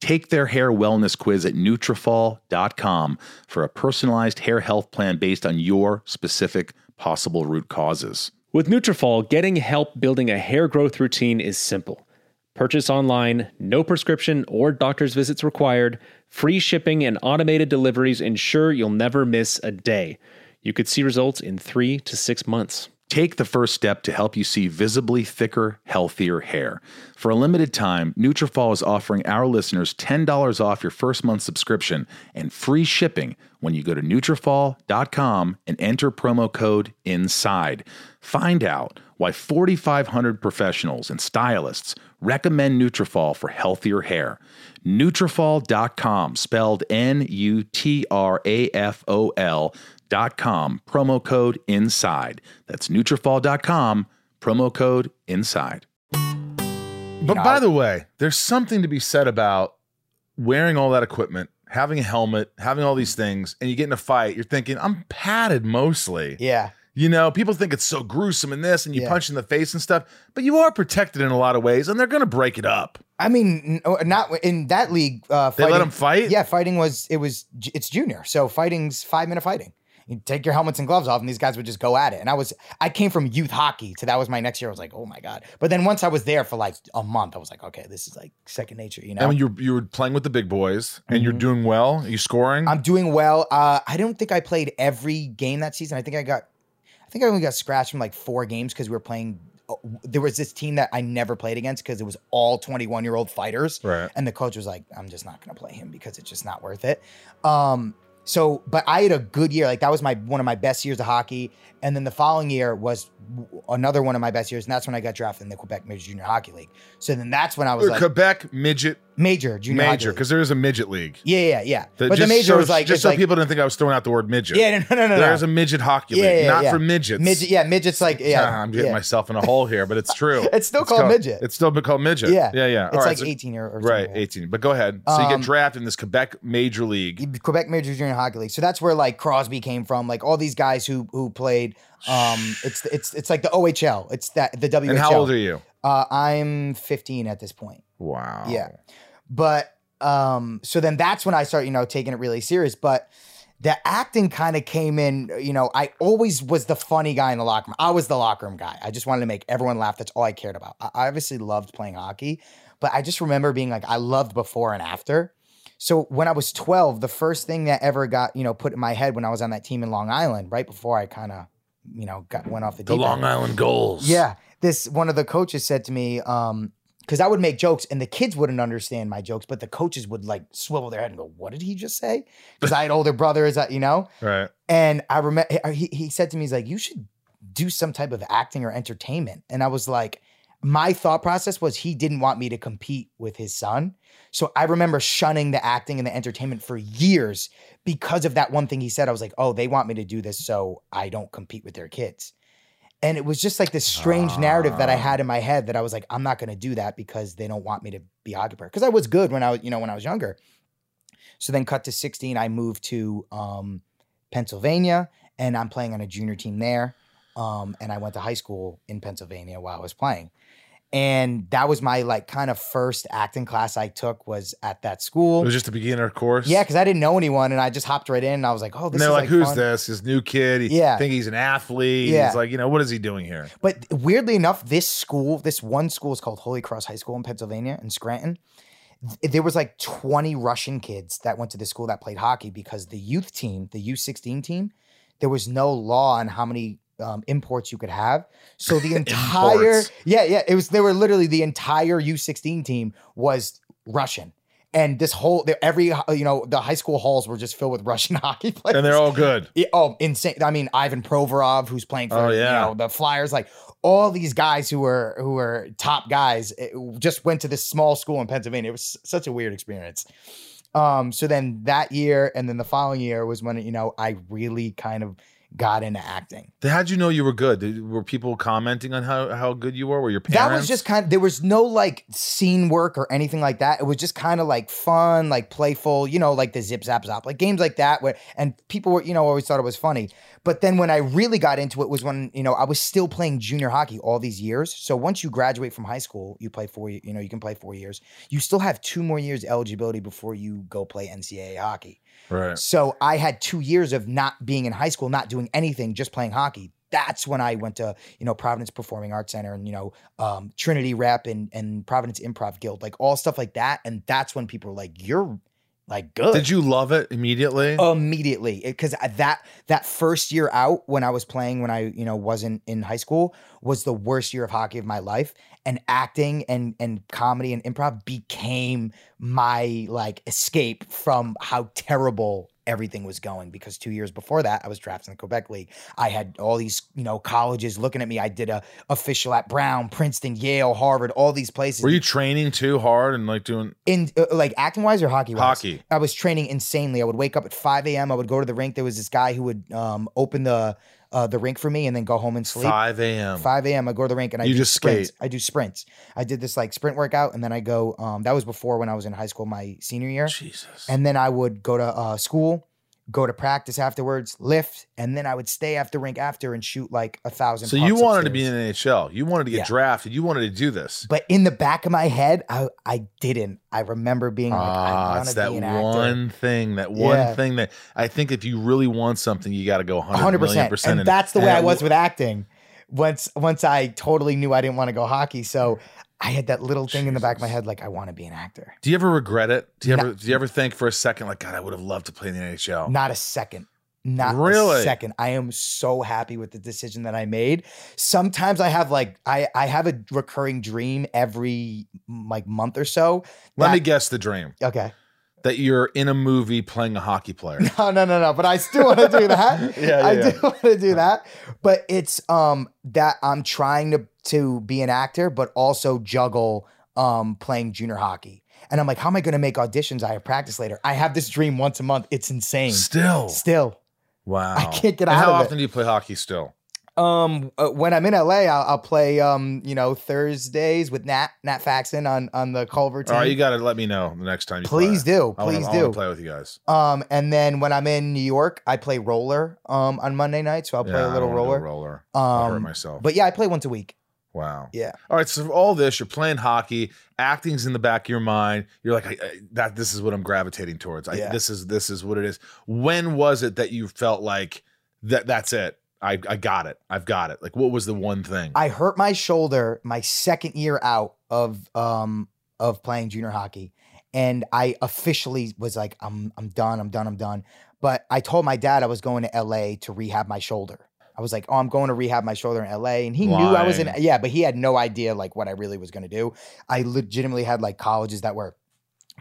Take their hair wellness quiz at Nutrafol.com for a personalized hair health plan based on your specific possible root causes.
With Nutrafol, getting help building a hair growth routine is simple. Purchase online, no prescription or doctor's visits required, free shipping and automated deliveries ensure you'll never miss a day. You could see results in 3 to 6 months.
Take the first step to help you see visibly thicker, healthier hair. For a limited time, Nutrafol is offering our listeners $10 off your first month subscription and free shipping when you go to Nutrafol.com and enter promo code INSIDE. Find out why 4,500 professionals and stylists recommend Nutrafol for healthier hair. Nutrafol.com, spelled N-U-T-R-A-F-O-L dot com, promo code INSIDE. That's Nutrafol.com, promo code INSIDE.
But by the way, there's something to be said about wearing all that equipment, having a helmet, having all these things, and you get in a fight, you're thinking, I'm padded mostly.
Yeah.
You know, people think it's so gruesome and this, and you
Yeah.
punch in the face and stuff, but you are protected in a lot of ways, and they're going to break it up.
I mean, n- oh, not in that league. Uh,
They
fighting,
let them fight?
Yeah, fighting was it was ju- it's junior, so fighting's five minute fighting. You take your helmets and gloves off, and these guys would just go at it. And I was I came from youth hockey, so that was my next year. I was like, oh my god. But then once I was there for like a month, I was like, okay, this is like second nature, you know.
And when you're, you're playing with the big boys and you're
Mhm.
doing well, you're scoring.
I'm doing well. Uh, I don't think I played every game that season. I think I got, I think I only got scratched from like four games because we were playing. uh, There was this team that I never played against because it was all 21 year old fighters.
right.
And the coach was like, I'm just not going to play him because it's just not worth it. Um, so, but I had a good year. Like that was my one of my best years of hockey. And then the following year was w- another one of my best years. And that's when I got drafted in the Quebec Major Junior Hockey League. So then that's when I was like
Quebec midget
major junior hockey
major
league.
because there is a midget league.
yeah, yeah, yeah.
That-
but the
just
major
so-
was like
just
it's
so
like,
people didn't think I was throwing out the word midget.
Yeah, no, no, no, no.
There is a midget hockey league,
Yeah, yeah,
not
yeah.
for midgets.
midget. Yeah, midgets like yeah.
Ah, I'm getting
yeah.
myself in a hole here, but it's true.
<laughs> It's still called midget.
It's still been called midget.
Yeah.
yeah, yeah.
It's
All right,
like
so-
18 year or
right,
something.
18. But go ahead. So you
Um,
get drafted in this Quebec Major League.
Quebec Major Junior Hockey League. So that's where like Crosby came from. Like all these guys who who played. Um, it's it's it's like the OHL. It's that the WHL.
And how old are you?
Uh, I'm 15 at this point.
Wow.
Yeah. But um, so then that's when I start, you know, taking it really serious. But the acting kind of came in, you know, I always was the funny guy in the locker room. I was the locker room guy. I just wanted to make everyone laugh. That's all I cared about. I I obviously loved playing hockey, but I just remember being like, I loved before and after. So when I was 12, the first thing that ever got, you know, put in my head when I was on that team in Long Island, right before I kind of, you know, got went off the,
The
deep end.
Long Island goals.
Yeah. This one of the coaches said to me, um, because I would make jokes and the kids wouldn't understand my jokes, but the coaches would like swivel their head and go, What did he just say? Because I had older brothers, that you know?
Right.
And I remember he, he said to me, He's like, You should do some type of acting or entertainment. And I was like, My thought process was he didn't want me to compete with his son. So I remember shunning the acting and the entertainment for years because of that one thing he said. I was like, Oh, they want me to do this so I don't compete with their kids. And it was just like this strange narrative that I had in my head that I was like, I'm not going to do that because they don't want me to be a hockey player. Because I was good when I was, you know, when I was younger. So then cut to 16, I moved to um, Pennsylvania and I'm playing on a junior team there. Um, and I went to high school in Pennsylvania while I was playing. and that was my like kind of first acting class I took was at that school.
It was just a beginner course.
yeah, because I didn't know anyone, and I just hopped right in, and I was like, "Oh,
And
this
they're
is
like, who's
fun."
this? This new kid. He
Yeah.
think he's an athlete.
Yeah.
He's like, you know, what is he doing
<laughs>
here?
But weirdly enough, this school, this one school is called Holy Cross High School in Pennsylvania in Scranton. Th- There was like 20 Russian kids that went to this school that played hockey because the youth team, the U16 team, there was no law on how many um, imports you could have. So
<laughs>
the entire
Imports.
yeah, yeah, it was they were literally the entire U16 team was Russian. And this whole the- every uh, you know the high school halls were just filled with Russian <laughs> hockey players.
And they're all good.
Yeah, oh, insane! I mean, Ivan Provorov, who's playing for
Oh, yeah.
you know, the Flyers, like all these guys who were who were top guys, eh, just went to this small school in Pennsylvania. It was such a weird experience. Um, so then that year, and then the following year was when you know I really kind of got into acting.
How'd you know you were good? Did- Were people commenting on how, how good you were? Were your parents?
That was just kind of there was no like scene work or anything like that. It was just kind of like fun, like playful, you know, like the zip zap zap, like games like that where and people were, you know, always thought it was funny. But then when I really got into it was when, you know, I was still playing junior hockey all these years. So once you graduate from high school, you play four, you know, you can play four years. You still have two more years eligibility before you go play NCAA hockey.
right.
So I had two years of not being in high school, not doing anything, just playing hockey. That's when I went to, you know, Providence Performing Arts Center and, you know, um, Trinity Rep and, and Providence Improv Guild, like all stuff like that. And that's when people were like, you're like good.
Did you love it immediately?
Oh, Immediately, because that that first year out when I was playing when I you know wasn't in high school was the worst year of hockey of my life, and acting and and comedy and improv became my like escape from how terrible everything was going because two years before that I was drafted in the Quebec League. I had all these you know colleges looking at me. I did a official at Brown, Princeton, Yale, Harvard, all these places.
Were you training too hard and like doing
in uh, like acting wise or hockey wise?
hockey?
I was training insanely. I would wake up at 5 a.m. I would go to the rink. There was this guy who would um, open the uh, the rink for me and then go home and sleep.
5 a.m.
5 a.m. I go to the rink and I
You
do
just
sprints.
skate.
I do sprints. I did this like sprint workout and then I go. Um, that was before when I was in high school, my senior year.
Jesus.
And then I would go to uh, school, go to practice afterwards, lift, and then I would stay after rink after and shoot like a thousand.
So you
pucks
wanted to be
upstairs.
in the NHL. You wanted to get
Yeah.
drafted. You wanted to do this.
But in the back of my head, I, I didn't. I remember being like, I
Ah,
want
it's
to
that
be an actor.
one thing, that one
Yeah.
thing that I think if you really want something, you got to go 100
hundred
million
percent.
percent.
And
in it.
that's the way
And
I was
w-
with acting. Once once I totally knew I didn't want to go hockey, so I had that little thing in the back of my head, like I want to be an actor.
Do you ever regret it? Do you
No.
ever do you ever think for a second like God, I would have loved to play in the NHL?
Not a second. Not
Really?
a second. I am so happy with the decision that I made. Sometimes I have like I I have a recurring dream every m- like month or so.
Let me
that-
guess the dream
Okay.
that you're in a movie playing a hockey player.
Oh, No, no, no, no. But I still want to do
<laughs>
that.
Yeah, yeah,
I
yeah.
do want to do that. But it's um that I'm trying to to be an actor, but also juggle um playing junior hockey. And I'm like, how am I going to make auditions? I have practice later. I have this dream once a month. It's insane.
Still,
Still,
wow.
I can't get
And
out
how
of
often do you play hockey still?
it. Um, uh, when I'm in LA, I'll, I'll play um, you know, Thursdays with Nat Nat Faxon on on the Culver team.
All right, you got to let me know the next time you
please
play.
do,
I wanna-
please
I
do.
wanna play with you guys.
Um, and then when I'm in New York, I play roller um on Monday night, so I'll play
Yeah, I
a little
wanna do
roller.
roller. I'll hurt
Um,
myself.
but yeah, I play once a week.
wow.
Yeah.
All right. So for all this, you're playing hockey. Acting's in the back of your mind. You're like, I, I, that. This is what I'm gravitating towards. I,
Yeah.
This is this is what it is. When was it that you felt like that? That's it. I I got it. I've got it. Like, what was the one thing?
I hurt my shoulder my second year out of um of playing junior hockey, and I officially was like, I'm I'm done, I'm done, I'm done. But I told my dad I was going to LA to rehab my shoulder. I was like, oh, I'm going to rehab my shoulder in LA, and he knew I was in.
Lying.
Yeah, but he had no idea like what I really was going to do. I legitimately had like colleges that were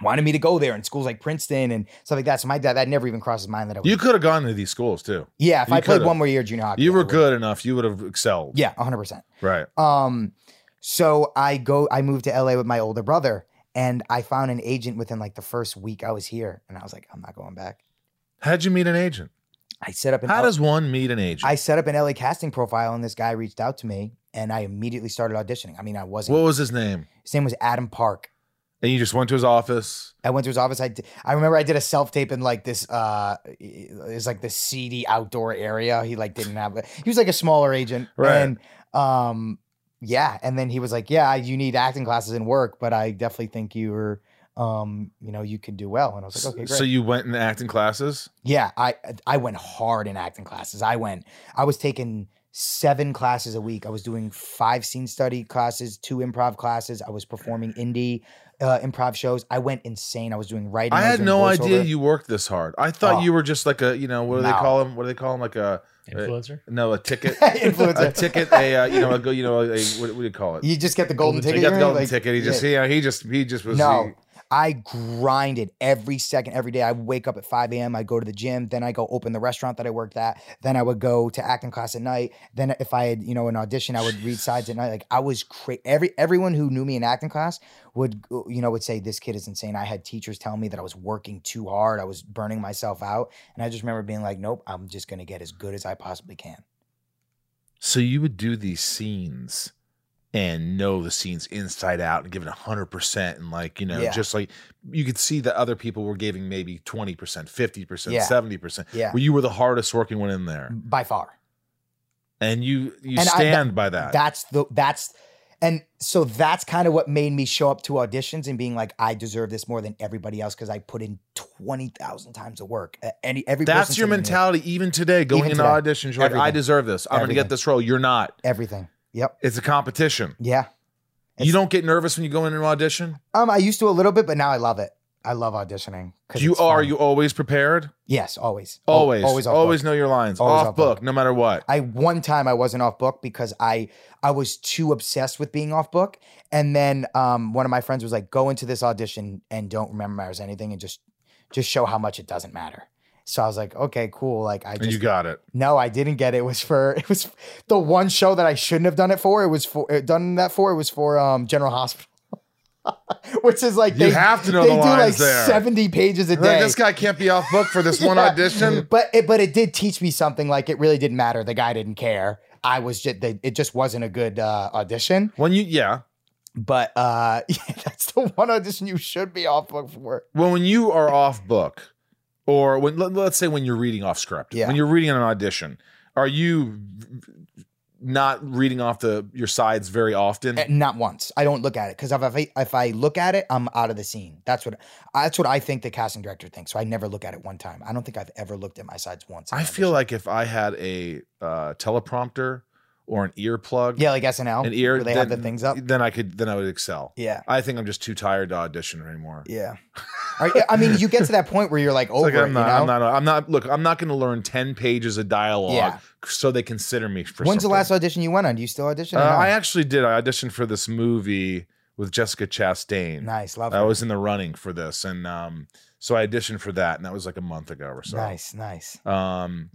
wanted me to go there, and schools like Princeton and stuff like that. So my dad that never even crossed his mind that I was.
you could have gone to these schools too.
yeah, if
you
I played
could've.
one more year of junior hockey,
You
I
were
would've.
good enough. You would have excelled.
Yeah, 100. percent
Right.
um, so I go, I moved to LA with my older brother, and I found an agent within like the first week I was here, and I was like, I'm not going back.
How'd you meet an agent?
I set up an
How
L-
does one meet an agent?
I set up an LA casting profile, and this guy reached out to me, and I immediately started auditioning. I mean, I wasn't.
what was his name?
his name was Adam Park.
And you just went to his office.
I went to his office. I, d- I remember I did a self tape in like this. Uh, it's like this seedy outdoor area. He like didn't have. He was like a smaller agent,
Right.
And um, yeah and then he was like yeah you need acting classes and work but i definitely think you were um you know you could do well and i was like okay great
So you went in acting classes?
yeah i i went hard in acting classes i went i was taking seven classes a week i was doing five scene study classes two improv classes i was performing indie uh, improv shows i went insane i was doing writing
I
was
had
doing
no idea
voiceover.
you worked this hard. I thought
Oh.
you were just like a, you know, what do they
No.
call them? What do they call them? Like a
Influencer.
no, a ticket, a
<laughs> Influencer.
ticket, a uh, you know, a go, you know, a, what, what do you call it?
you just get the golden,
He
ticket
got
you
the
know,
golden
like-
ticket. He just,
yeah.
yeah. he just, he just was.
no
he-
i grinded every second every day i wake up at 5 a.m i go to the gym then i go open the restaurant that i worked at then i would go to acting class at night then if i had you know an audition i would read sides at night like i was cra- every everyone who knew me in acting class would you know would say this kid is insane i had teachers tell me that i was working too hard i was burning myself out and i just remember being like nope i'm just going to get as good as i possibly can
So you would do these scenes and know the scenes inside out and give it 100% and like, you know,
Yeah.
just like you could see that other people were giving maybe 20%, 50%,
Yeah.
70%.
yeah
Well, you were the hardest working one in there.
by far
And you you
And I- that-
stand by that.
That's the that's and so that's kind of what made me show up to auditions and being like, I deserve this more than everybody else because I put in twenty thousand times of work. Uh, Any every
That's
person
your
sitting here,
mentality even today going
Even
into
today.
auditions you're like I
Everything.
deserve this. I'm going to get
Everything.
this role. You're not.
Everything. Yep.
It's a competition.
Yeah.
you
It's-
don't get nervous when you go in an audition?
Um, I used to a little bit, but now I love it. I love auditioning. 'cause
You
it's
are
fun.
you always prepared?
Yes, always. Al-
Always. Always
Always. off
always
book.
know your lines.
Always
off
off book.
book no matter what.
I one time I wasn't off book because I I was too obsessed with being off book, and then um, one of my friends was like, "Go into this audition and don't memorize anything, and just just show how much it doesn't matter." So I was like, "Okay, cool." Like I
And you
just
got it.
no, I didn't get it. It was for it was the one show that I shouldn't have done it for. It was for it done that for. It was for um, General Hospital, <laughs> which is like
You
they,
have to know
they
the
do
lines
like
there.
seventy pages a
They're like,
day.
this guy can't be off book for
<laughs>
this one
Yeah.
audition.
But it, but it did teach me something. Like it really didn't matter. The guy didn't care. I was just they, it just wasn't a good uh, audition.
When you yeah.
But uh, <laughs> that's the one audition you should be off book for.
Well, when you are off book, or when let, us say when you're reading off script,
Yeah.
when you're reading an audition, are you not reading off the your sides very often?
Uh, Not once. I don't look at it because if I if I look at it, I'm out of the scene. That's what that's what I think the casting director thinks. So I never look at it one time. I don't think I've ever looked at my sides once. in
I
an
feel
audition.
like if I had a uh, teleprompter or an earplug,
yeah, like SNL.
an ear, e-,
where they have the things up.
then I could, then I would excel.
Yeah,
I think I'm just too tired to audition anymore. <laughs>
yeah. Are- I mean, you get to that point where you're like
It's
over
like I'm
it,
not,
you know?
I'm not, I'm not. Look, I'm not going to learn ten pages of dialogue
Yeah.
so they consider me for.
When's the
something.
last audition you went on? Do you still audition? or
Uh,
no?
I actually did. I auditioned for this movie with Jessica Chastain.
nice, love
I
it.
was in the running for this, and um, so I auditioned for that, and that was like a month ago or so.
Nice, nice.
Um,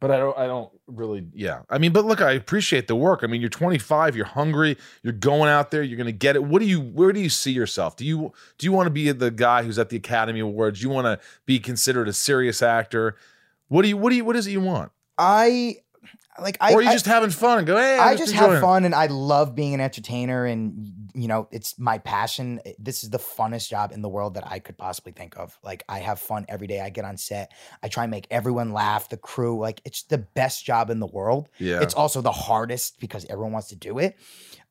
but I don't. I don't really. Yeah. I mean, but look, I appreciate the work. I mean, you're 25. You're hungry. You're going out there. You're going to get it. What do you? Where do you see yourself? Do you? Do you want to be the guy who's at the Academy Awards? Do you want to be considered a serious actor? What do you? What do you? What is it you want?
I like I
or are you
I-
just having fun and go? Hey, I'm
I just have
enjoying it."
fun and I love being an entertainer and you know it's my passion. This is the funnest job in the world that I could possibly think of. Like I have fun every day. I get on set. I try and make everyone laugh, the crew, like it's the best job in the world.
Yeah.
It's also the hardest because everyone wants to do it.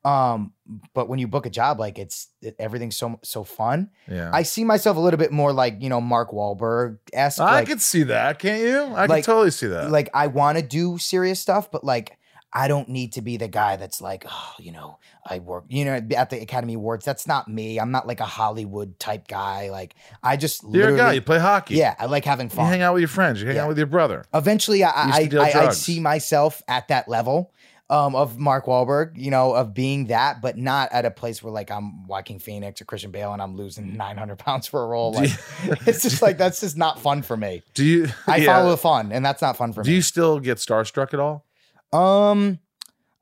Um but when you book a job like it's everything's so so fun.
yeah.
I see myself a little bit more like, you know, Mark Wahlberg-esque
I
like,
could see that, can't you? I could
like-
totally see that.
like I want to do serious stuff, but like I don't need to be the guy that's like, oh, you know, I work, you know, at the Academy Awards. That's not me. I'm not like a Hollywood type guy. Like I just
You're a guy.
literally-
You play hockey.
yeah, I like having
You
fun.
hang out with your friends. You hang
Yeah.
out with your brother.
Eventually, I
used to
I,
deal
I, I
drugs.
see myself at that level. Um, of Mark Wahlberg, you know, of being that, but not at a place where like I'm Joaquin Phoenix or Christian Bale and I'm
Mm.
losing 900 pounds for
<laughs>
a role.
Do
Like, <laughs> it's just like that's just not fun for me.
<laughs> Do you?
I
Yeah.
follow the fun, and that's not fun for me.
Do you still get starstruck at all?
Um,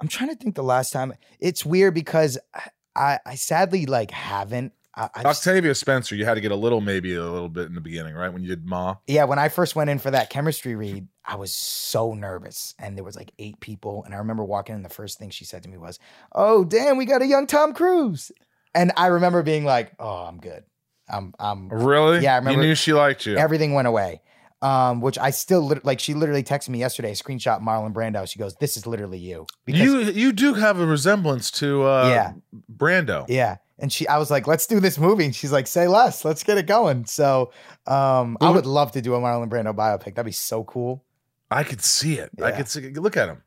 I'm trying to think the last time. It's weird because I, I, I sadly like haven't. I, I just-
Octavia Spencer, you had to get a little, maybe a little bit in the beginning, right? When you did Ma.
yeah, when I first went in for that chemistry read, I was so nervous, and there was like eight people, and I remember walking in. The first thing she said to me was, "Oh, damn, we got a young Tom Cruise," and I remember being like, "Oh, I'm good. I'm, I'm."
Really?
Yeah, I
You
remember-
knew she liked you.
Everything went away. um, which I still lit- like. She literally texted me yesterday, screenshot Marlon Brando. She goes, "This is literally you."
you you do have a resemblance to uh,
yeah,
Brando.
yeah. And she, I was like, "Let's do this movie." And she's like, "Say less. Let's get it going." So, um, I would love to do a Marlon Brando biopic. That'd be so cool. <laughs>
I could see it. I
Yeah.
could see. Look at him.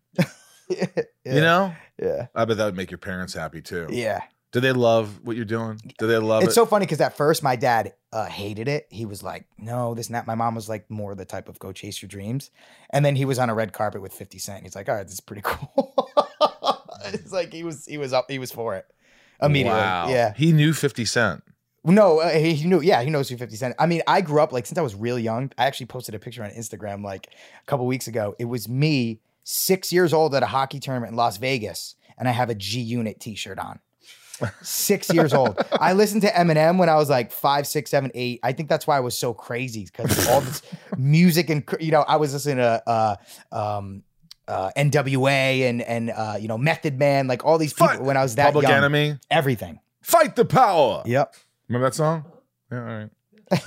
yeah.
You know,
Yeah.
I bet that would make your parents happy too.
Yeah.
Do they love what you're doing? Do they love
It's
it?
so funny because at first my dad uh, hated it. He was like, "No, this and that." My mom was like, "More the type of go chase your dreams," and then he was on a red carpet with Fifty Cent. He's like, "All right, this is pretty cool." <laughs> it's like he was he was up he was for it immediately.
Wow.
Yeah,
He knew 50 Cent.
no, uh, he he knew. Yeah, he knows who Fifty Cent. I mean, I grew up like since I was real young. I actually posted a picture on Instagram like a couple weeks ago. It was me six years old at a hockey tournament in Las Vegas, and I have a G Unit T-shirt on. Six
<laughs>
years old. I listened to Eminem when I was like five, six, seven, eight. I think that's why I was so crazy because
<laughs>
all this music and cr- you know I was listening to uh, um, uh, NWA and and uh, you know Method Man, like all these people
Fuck.
when I was that
Public
young.
Enemy.
Everything.
Fight the power.
Yep.
Remember that song? Yeah, all right.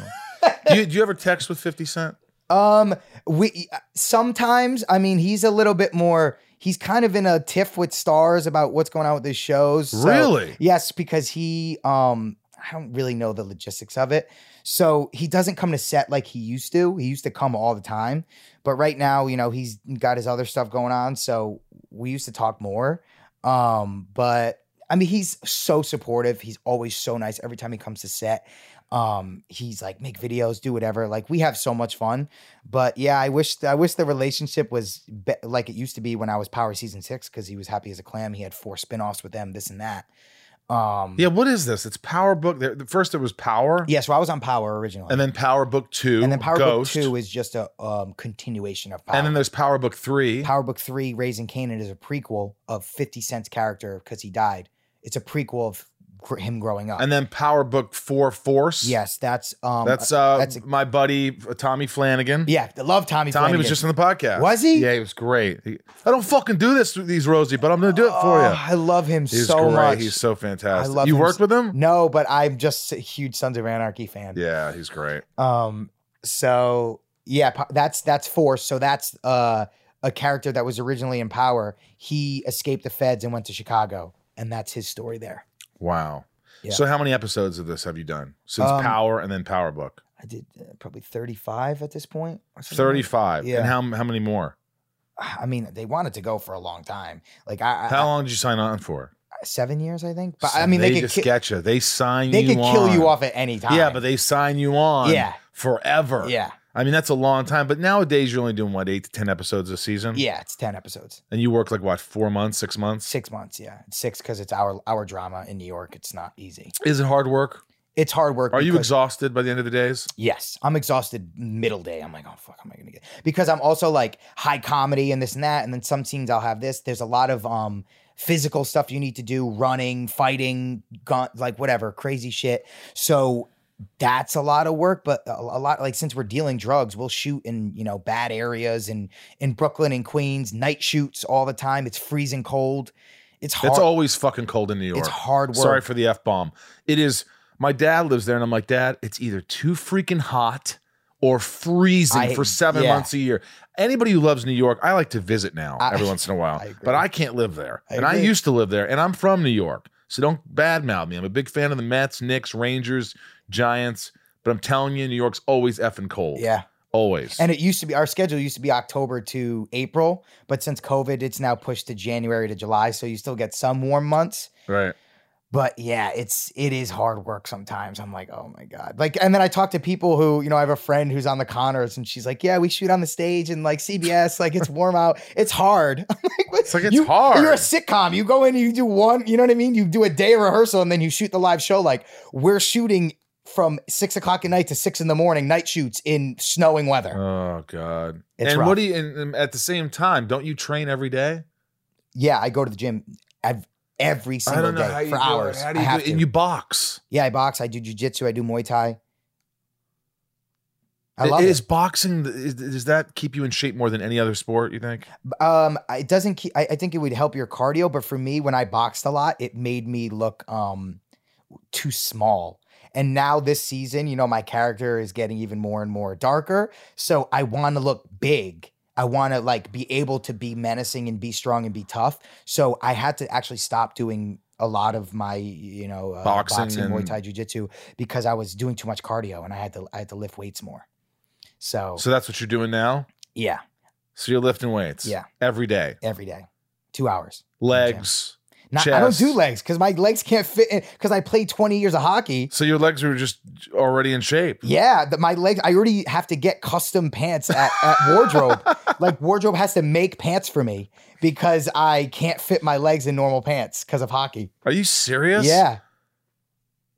<laughs>
do, you, do you ever text with 50 Cent?
Um, we sometimes. I mean, he's a little bit more. He's kind of in a tiff with stars about what's going on with his shows. So-
really?
Yes, because he. Um, I don't really know the logistics of it. So he doesn't come to set like he used to. He used to come all the time, but right now, you know, he's got his other stuff going on. So we used to talk more. Um, but I mean, he's so supportive. He's always so nice every time he comes to set. Um, he's like make videos, do whatever. Like we have so much fun. But yeah, I wish I wish the relationship was be- like it used to be when I was Power Season Six because he was happy as a clam. He had four spinoffs with them, this and that. Um,
Yeah, what is this? It's Power Book. There, the- first, there was Power,
yeah. So I was on Power originally,
and then Power Book 2.
and then Power
Ghost,
Book Two is just a um continuation of Power.
And then there's Power Book 3.
Power Book Three, Raising Canaan is a prequel of Fifty Cent's character because he died. It's a prequel of gr- him growing up.
and then Power Book 4 Force.
yes, that's um
That's uh,
that's a-
my buddy uh, Tommy Flanagan.
Yeah, I love Tommy.
Tommy
Flanagan.
was just on the podcast.
Was he?
Yeah, he was great. He- I don't fucking do this to these Rosie, but I'm gonna do it for
Oh,
you.
I love him
He's
so
great.
much.
He's so fantastic.
I love
you
him
worked
so-
with him?
no, but I'm just a huge Sons of Anarchy fan.
Yeah, he's great.
Um. So yeah, po- that's that's Force. So that's uh a character that was originally in Power. He escaped the feds and went to Chicago, and that's his story there.
Wow.
Yeah.
So how many episodes of this have you done since
Um,
Power and then Power Book?
I did uh, probably 35 at this point. or something like that.
Thirty-five.
Yeah.
And how how many more?
I mean, they wanted to go for a long time. Like I, I-
How long did you sign on for?
I- seven years, I think. But I
So
mean, they,
they
could
just
ki-
get you. They sign.
they
you
could kill you
on.
off at any time.
Yeah, but they sign you on.
yeah,
Forever.
yeah,
I mean, that's a long time. But nowadays, you're only doing what eight to ten episodes a season.
yeah. It's ten episodes,
And you work like what four months, six months?
six months. Yeah, It's six because it's our our drama in New York. It's not easy.
Is it hard work?
It's hard work.
Are you
because-
exhausted by the end of the days?
Yes, I'm exhausted middle day. I'm like, oh fuck, how am I gonna get? Because I'm also like high comedy and this and that, and then some scenes I'll have this. There's a lot of um physical stuff you need to do, running, fighting, gun, like whatever, crazy shit. So that's a lot of work, but a, a lot like since we're dealing drugs, we'll shoot in you know bad areas and in Brooklyn and Queens, night shoots all the time. It's freezing cold. It's hard.
It's always fucking cold in New York.
it's hard work.
Sorry for the F bomb. It is my dad lives there, and I'm like, Dad, it's either too freaking hot or freezing
I-
for seven
yeah.
months a year. Anybody who loves New York, I like to visit now
<laughs> I-
every once in a while.
I agree.
but I can't live there.
I
and I
agree.
used to live there, and I'm from New York. So don't badmouth me. I'm a big fan of the Mets, Knicks, Rangers, Giants. But I'm telling you, New York's always effing cold.
yeah.
Always.
And it used to be our schedule used to be October to April, but since COVID, it's now pushed to January to July. So you still get some warm months.
right.
<laughs> But yeah, it's it is hard work sometimes. I'm like, oh my God. Like, and then I talk to people who, you know, I have a friend who's on the Connors and she's like, Yeah, we shoot on the stage and like CBS, like it's warm out. It's hard. <laughs> I'm like, what?
It's like it's
you,
hard.
You're a sitcom. You go in, you do one, you know what I mean? You do a day rehearsal and then you shoot the live show. Like, we're shooting from six o'clock at night to six in the morning, night shoots in snowing weather.
Oh God!
It's
and
rough.
what do you? And, and at the same time, don't you train every day?
yeah, I go to the gym ev- every single day for hours.
How do
I
you
have
do it?
to.
And you box.
yeah, I box. I do jujitsu. I do Muay Thai. I
I-
love
is
it.
boxing. th- Is, does that keep you in shape more than any other sport? You think?
Um, it doesn't. Keep, I, I think it would help your cardio, but for me, when I boxed a lot, it made me look um too small. And now this season, you know, my character is getting even more and more darker. So I want to look big. I want to like be able to be menacing and be strong and be tough. So I had to actually stop doing a lot of my, you know, uh,
Boxing
boxing,
and-
Muay Thai, Jiu Jitsu because I was doing too much cardio and I had to I had to lift weights more. So,
So that's what you're doing now.
yeah,
So you're lifting weights.
Yeah.
Every day.
every day, two hours.
Legs.
Not, I don't do
Chest.
legs because my legs can't fit in because I played 20 years of hockey.
So your legs were just already in shape.
Yeah, the, my legs. I already have to get custom pants at, at wardrobe. like wardrobe has to make pants for me because I can't fit my legs in normal pants because of hockey.
<laughs> Are you serious?
Yeah,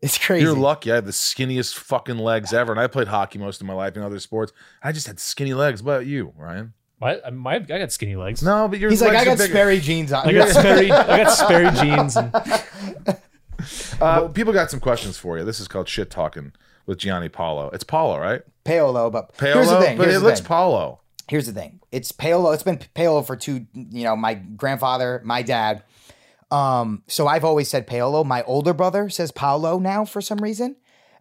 it's crazy.
You're lucky. I have the skinniest fucking legs ever, and I played hockey most of my life and other sports. I just had skinny legs. What about you, Ryan?
My, I- my, I got skinny legs.
No, but your
He's
legs
like, I
are
got
bigger."
Sperry jeans on.
<laughs>
I got Sperry. I got Sperry jeans. And,
Uh, people got some questions for you. This is called shit talking with Gianni Paolo. It's Paolo, right?
Paolo, but
Paolo,
here's the thing.
but
here's
it
the
looks
thing. <laughs>
Paolo.
here's the thing it's paolo it's been paolo for two you know my grandfather my dad um so i've always said paolo my older brother says paolo now for some reason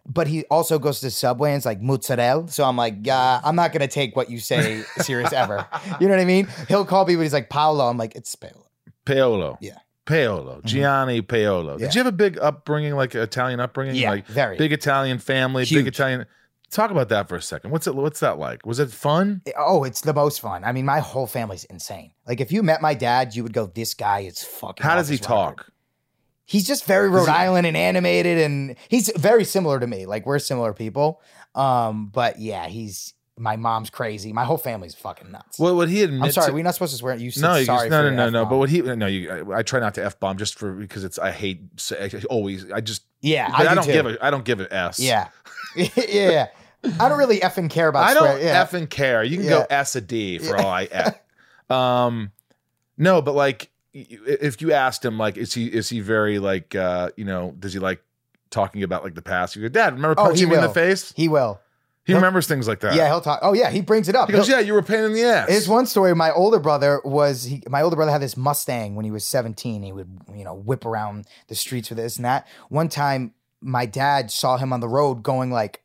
but he also goes to Subway and it's like mozzarella. So I'm like, yeah, I'm not gonna take what
<laughs>
you say serious ever. You know what I mean? He'll call me, but he's like Paolo. I'm like, it's Paolo.
Paolo.
Yeah. Mm-hmm.
Paolo. Gianni Paolo.
Yeah.
Did you have a big upbringing, like Italian upbringing?
Yeah,
Like
very.
big Italian family, big
Huge.
Italian. Talk about that for a second. What's it? What's that like? Was it fun?
Oh, it's the most fun. I mean, my whole family's insane. Like, if you met my dad, you would go, "This guy is fucking."
How
off
does he
his rocker."
talk?
he's just very Rhode
he-
Island and animated, and he's very similar to me. Like we're similar people. Um, but yeah, he's my mom's crazy. My whole family's fucking nuts.
Well, would he admit?
I'm sorry,
to-
we're not supposed to swear. You said
no, you just-
sorry.
no,
for
no,
your
no, no.
F-bomb.
But what he? No, you. I, I try not to f bomb just for because it's. I hate. say- I always. I just.
yeah,
I,
I, do
don't
too.
give a. I don't give an S.
Yeah, <laughs> yeah, yeah. I don't really effing care about.
I don't
swear- yeah.
effing care. You can go S a D for
Yeah. <laughs>
all I F. um, no, but like, y- if you asked him, like, is he is he very like, uh, you know, does he like talking about like the past? You go, Dad, remember
Oh,
punching
he
me in the
will.
face?
He will.
He
He'll-
remembers things like that.
Yeah, he'll talk. Oh yeah, he brings it up.
He goes,
He'll-
yeah, you were a pain in the ass.
There's one story. My older brother was he, my older brother had this Mustang when he was 17. He would you know whip around the streets with this and that. One time, my dad saw him on the road going like,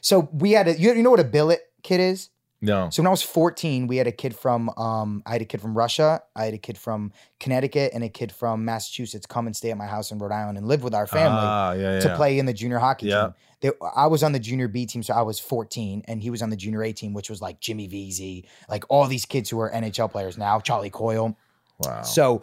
so we had a you, you know what a billet kid is.
no.
So when I was 14, we had a kid from um I had a kid from Russia, I had a kid from Connecticut, and a kid from Massachusetts come and stay at my house in Rhode Island and live with our <laughs> family
Ah, yeah, yeah.
to play in the junior hockey
Yeah.
team. They, I was on the junior B team, so I was 14, and he was on the junior A team, which was like Jimmy Veazey, like all these kids who are NHL players now, Charlie Coyle.
Wow.
So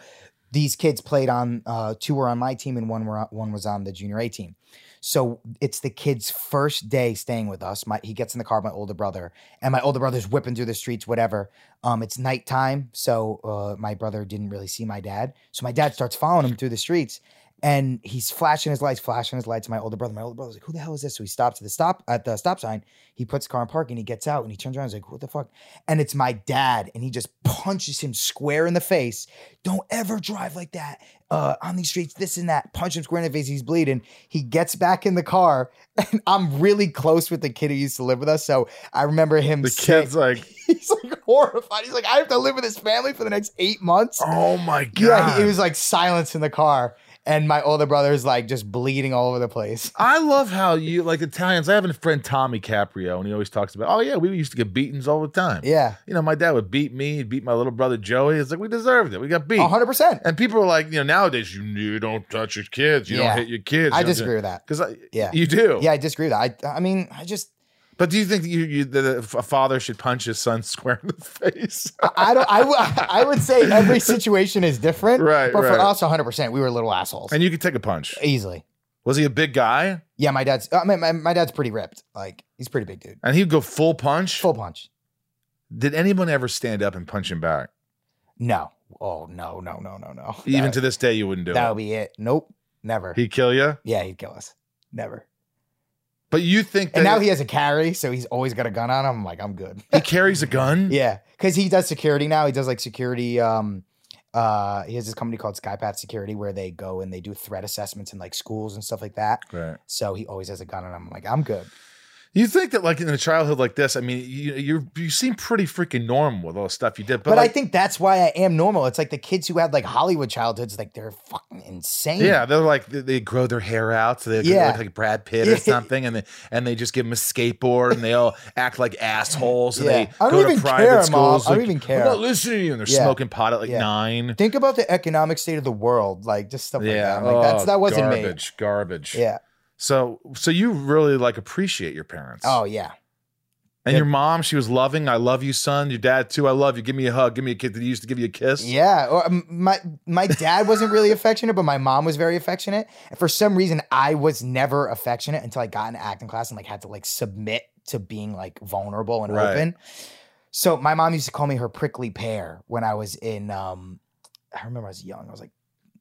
these kids played on uh, two were on my team, and one were on, one was on the junior A team. So it's the kid's first day staying with us. My he gets in the car, with my older brother, and my older brother's whipping through the streets, whatever. Um, it's nighttime, so uh, my brother didn't really see my dad. So my dad starts following him through the streets, and he's flashing his lights, flashing his lights. My older brother, my older brother's like, "Who the hell is this?" So he stops at the stop at the stop sign. He puts the car in park, and he gets out, and he turns around, and he's like, "What the fuck?" And it's my dad, and he just punches him square in the face. Don't ever drive like that uh, on these streets. This and that. Punch him square in the face. He's bleeding. He gets back in the car, <laughs> and I'm really close with the kid who used to live with us, so I remember him.
the
saying-
kid's like,
<laughs> he's like horrified. He's like, I have to live with this family for the next eight months.
oh my god.
<laughs> yeah, he- it was like silence in the car, and my older brother's like just bleeding all over the place.
I love how you like Italians. I have a friend Tommy Caprio, and he always talks about, oh yeah, we used to get beatings all the time.
Yeah,
You know, my dad would beat me, he'd beat my little brother Joey. It's like we deserved it. We got beat.
hundred percent.
And people are like, you know, nowadays you, you don't touch your kids, you
Yeah.
don't hit your kids.
I disagree with that.
because yeah,
Yeah.
you do.
Yeah, I disagree with that. I, I mean, I just,
But do you think that you, you that a father should punch his son <laughs> square in the
<laughs>
face?
I, I don't, I, w- I would say every situation is different.
Right,
But
right.
for us, hundred percent, we were little assholes
and you could take a punch.
easily.
Was he a big guy?
Yeah, my dad's, I mean, my, my dad's pretty ripped. Like he's a pretty big dude.
And he'd go full punch.
Full punch.
Did anyone ever stand up and punch him back?
No. Oh no, no, no, no, no.
Even
That-
to this day, you wouldn't do
that
it.
would be it. Nope. Never.
He'd kill you.
yeah, he'd kill us. Never.
But you think that
And now he has a carry, so he's always got a gun on him. I'm like, I'm good.
he carries a gun?
yeah, because he does security now. He does like security. Um, uh, he has this company called Skypath Security where they go and they do threat assessments in like schools and stuff like that.
Right.
So he always has a gun on him. I'm like, I'm good.
You think that like in a childhood like this, I mean, you you you seem pretty freaking normal with all the stuff you did, but,
But,
like,
I think that's why I am normal. It's like the kids who had like Hollywood childhoods, like they're fucking insane.
yeah, they're like they, they grow their hair out so they
Yeah.
look like Brad Pitt
<laughs> Yeah.
or something, and they and they just give them a skateboard and they all act like assholes and
Yeah.
they
I don't
go
even
to private
care, Mom.
schools.
I don't
like,
even
"We're
care."
not listening to you, and they're
Yeah.
smoking pot at like
Yeah.
nine.
Think about the economic state of the world, like just stuff like
Yeah,
that. I'm like that's
Oh,
that wasn't me.
garbage, garbage.
Yeah.
So so you really like appreciate your parents.
Oh yeah.
And
yeah.
your mom, she was loving. I love you, son. Your dad too. I love you. Give me a hug. Give me a kiss. Did he used to give you a kiss?
<laughs> Yeah. Or um, my my dad wasn't really affectionate, but my mom was very affectionate. And for some reason, I was never affectionate until I got into acting class and like had to like submit to being like vulnerable and
Right.
open. So my mom used to call me her prickly pear when I was in um I remember I was young. I was like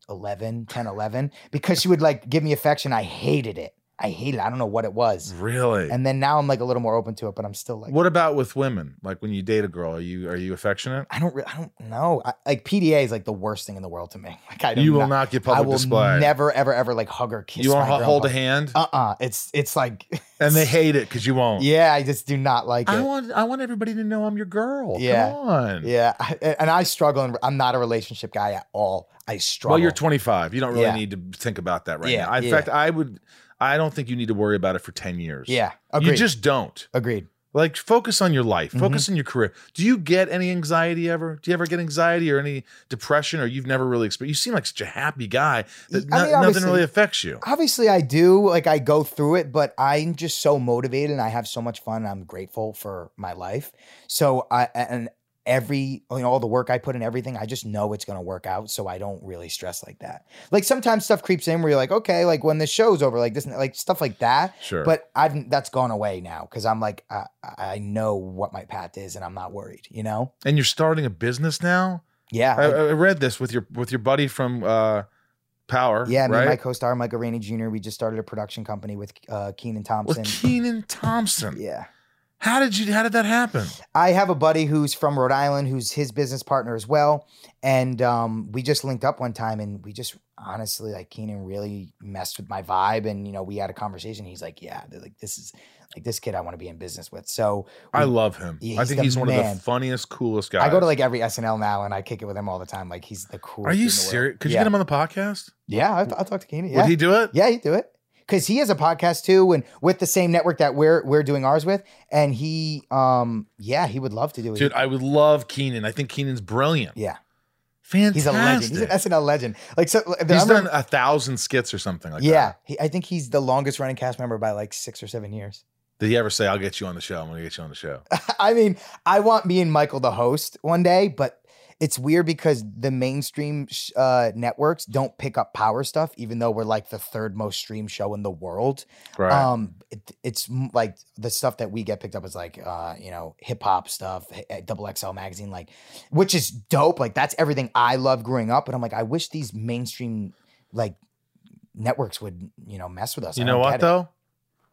11, 10, 11 because she would like give me affection. I hated it. I hated it. I don't know what it was.
Really?
And then now I'm like a little more open to it, but I'm still like
Mm. what about with women? Like when you date a girl, are you are you affectionate?
I don't re- I don't know. I, like PDA is like the worst thing in the world to me. <laughs> Like I do
You will
not-
not get
I
public
will
display.
never, ever, ever like hug or kiss.
you
my
won't
girl,
ho- hold a
but-
hand,
Uh-uh. It's it's like, <laughs>
and they hate it because you won't.
yeah, I just do not like
I
it.
want I want everybody to know I'm your girl.
Yeah.
Come on.
Yeah, I- and I struggle. And I'm not a relationship guy at all. I struggle.
Well, you're 25. You don't really
Yeah.
need to think about that right
Yeah,
now. In
yeah.
fact, I would. I don't think you need to worry about it for 10 years.
Yeah, agreed. Mm-hmm.
You just don't.
agreed.
Like focus on your life, focus on your career. Do you get any anxiety ever? Do you ever get anxiety or any depression or you've never really experienced? You seem like such a happy guy that
I
no-
mean,
nothing
obviously-
really affects you.
Obviously, I do. Like I go through it, but I'm just so motivated, and I have so much fun. And I'm grateful for my life. So I and every you know, all the work I put in everything, I just know it's gonna work out. So I don't really stress like that. Like sometimes stuff creeps in where you're like, okay, like when this show's over, like this, like stuff like that.
Sure.
But I've that's gone away now because I'm like I, I know what my path is and I'm not worried. You know?
and you're starting a business now?
Yeah.
I,
I-
I read this with your with your buddy from uh Power.
yeah, me
right?
and my co-star Mike Araney Jr. We just started a production company with uh, Keenan Thompson.
with Keenan Thompson.
yeah,
How did you how did that happen?
I have a buddy who's from Rhode Island who's his business partner as well. And um, we just linked up one time and we just honestly, like, Keenan really messed with my vibe. And, you know, we had a conversation. He's like, yeah, they're like, this is like this kid I want to be in business with. So
I love him.
Yeah,
I
he's
think
the
he's one of
man.
the funniest, coolest guys.
I go to like every SNL now and I kick it with him all the time. Like, he's the coolest.
Are
dude in
you
the world.
serious? Could
yeah.
you get him on the podcast?
Yeah, I'll, I'll talk to Keenan. Yeah.
Would he do it?
Yeah, he'd do it because he has a podcast too, and with the same network that we're we're doing ours with. And he, um, yeah, he would love to do it.
Dude, I would love Keenan. I think Keenan's brilliant.
yeah,
Fantastic.
he's a legend. He's an SNL legend. Like, so I
He's done
remember-
a thousand skits or something like
yeah,
that.
he, I think he's the longest running cast member by like six or seven years. <laughs>
Did he ever say, I'll get you on the show? I'm going to get you on the show.
I mean, I want me and Michael to host one day, but it's weird because the mainstream sh- uh, networks don't pick up power stuff, even though we're like the third most streamed show in the world.
Right.
Um, it, it's m- like the stuff that we get picked up is like, uh, you know, hip hop stuff, h- uh, Double XL magazine, like, which is dope. Like that's everything I love growing up, and I'm like, I wish these mainstream like networks would, you know, mess with us.
you
I
know
don't
what,
get it.
though?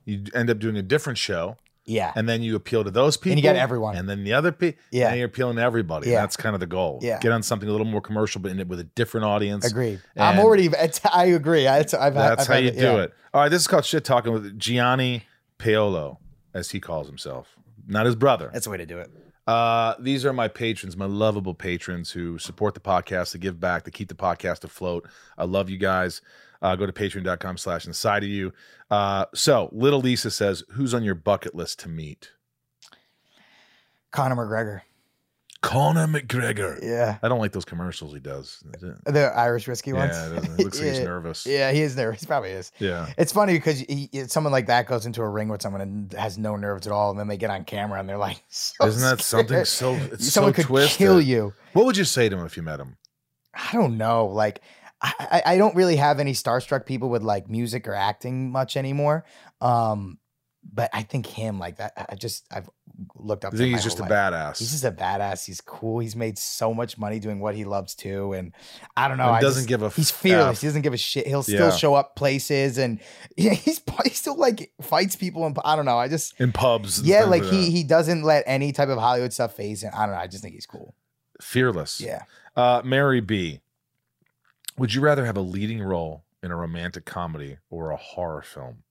You end up doing a different show,
Yeah,
and then you appeal to those people.
and you get everyone.
And then the other people.
yeah,
And you're appealing to everybody.
Yeah.
And that's kind of the goal.
Yeah.
Get on something a little more commercial, but in it with a different audience.
Agreed.
And-
I'm already. <laughs> It's, I agree. I, it's, I've,
That's
I've
how
had
you
it,
do
yeah.
it. All right. This is called Shit Talking with Gianni Paolo, as he calls himself, not his brother.
That's the way to do it.
Uh, these are my patrons, my lovable patrons who support the podcast, to give back, to keep the podcast afloat. I love you guys. Uh, go to patreon.com slash inside of you. Uh, so little Lisa says, who's on your bucket list to meet?
Conor McGregor.
Conor McGregor.
Yeah,
I don't like those commercials he does.
the Irish whiskey
Yeah,
ones.
it
<laughs>
doesn't- it looks like he's
Yeah.
nervous.
Yeah, he is nervous. He probably is. <laughs>
Yeah.
It's funny because he, he- someone like that goes into a ring with someone and has no nerves at all, and then they get on camera and they're like, <laughs> so
Isn't that something
Oh, scared.
so it's
someone
so
could
twisted?
kill you.
What would you say to him if you met him?
I don't know. Like, I, I I don't really have any starstruck people with like music or acting much anymore. Um, but I think him like that. I- I just I've looked up.
I
to
think
him my
he's just a
whole life.
badass.
He's just a badass. He's cool. He's made so much money doing what he loves too, and I don't know.
And
I
doesn't
just-
give a
He's
f-
fearless.
F.
He doesn't give a shit. He'll
Yeah.
still show up places, and <laughs> yeah, he's he still like fights people, and I don't know. I just
in pubs. and
yeah,
things
like he he doesn't let any type of Hollywood stuff phase him. I don't know. I just think he's cool.
that. fearless.
Yeah.
Uh, Mary B. Would you rather have a leading role in a romantic comedy or a horror film?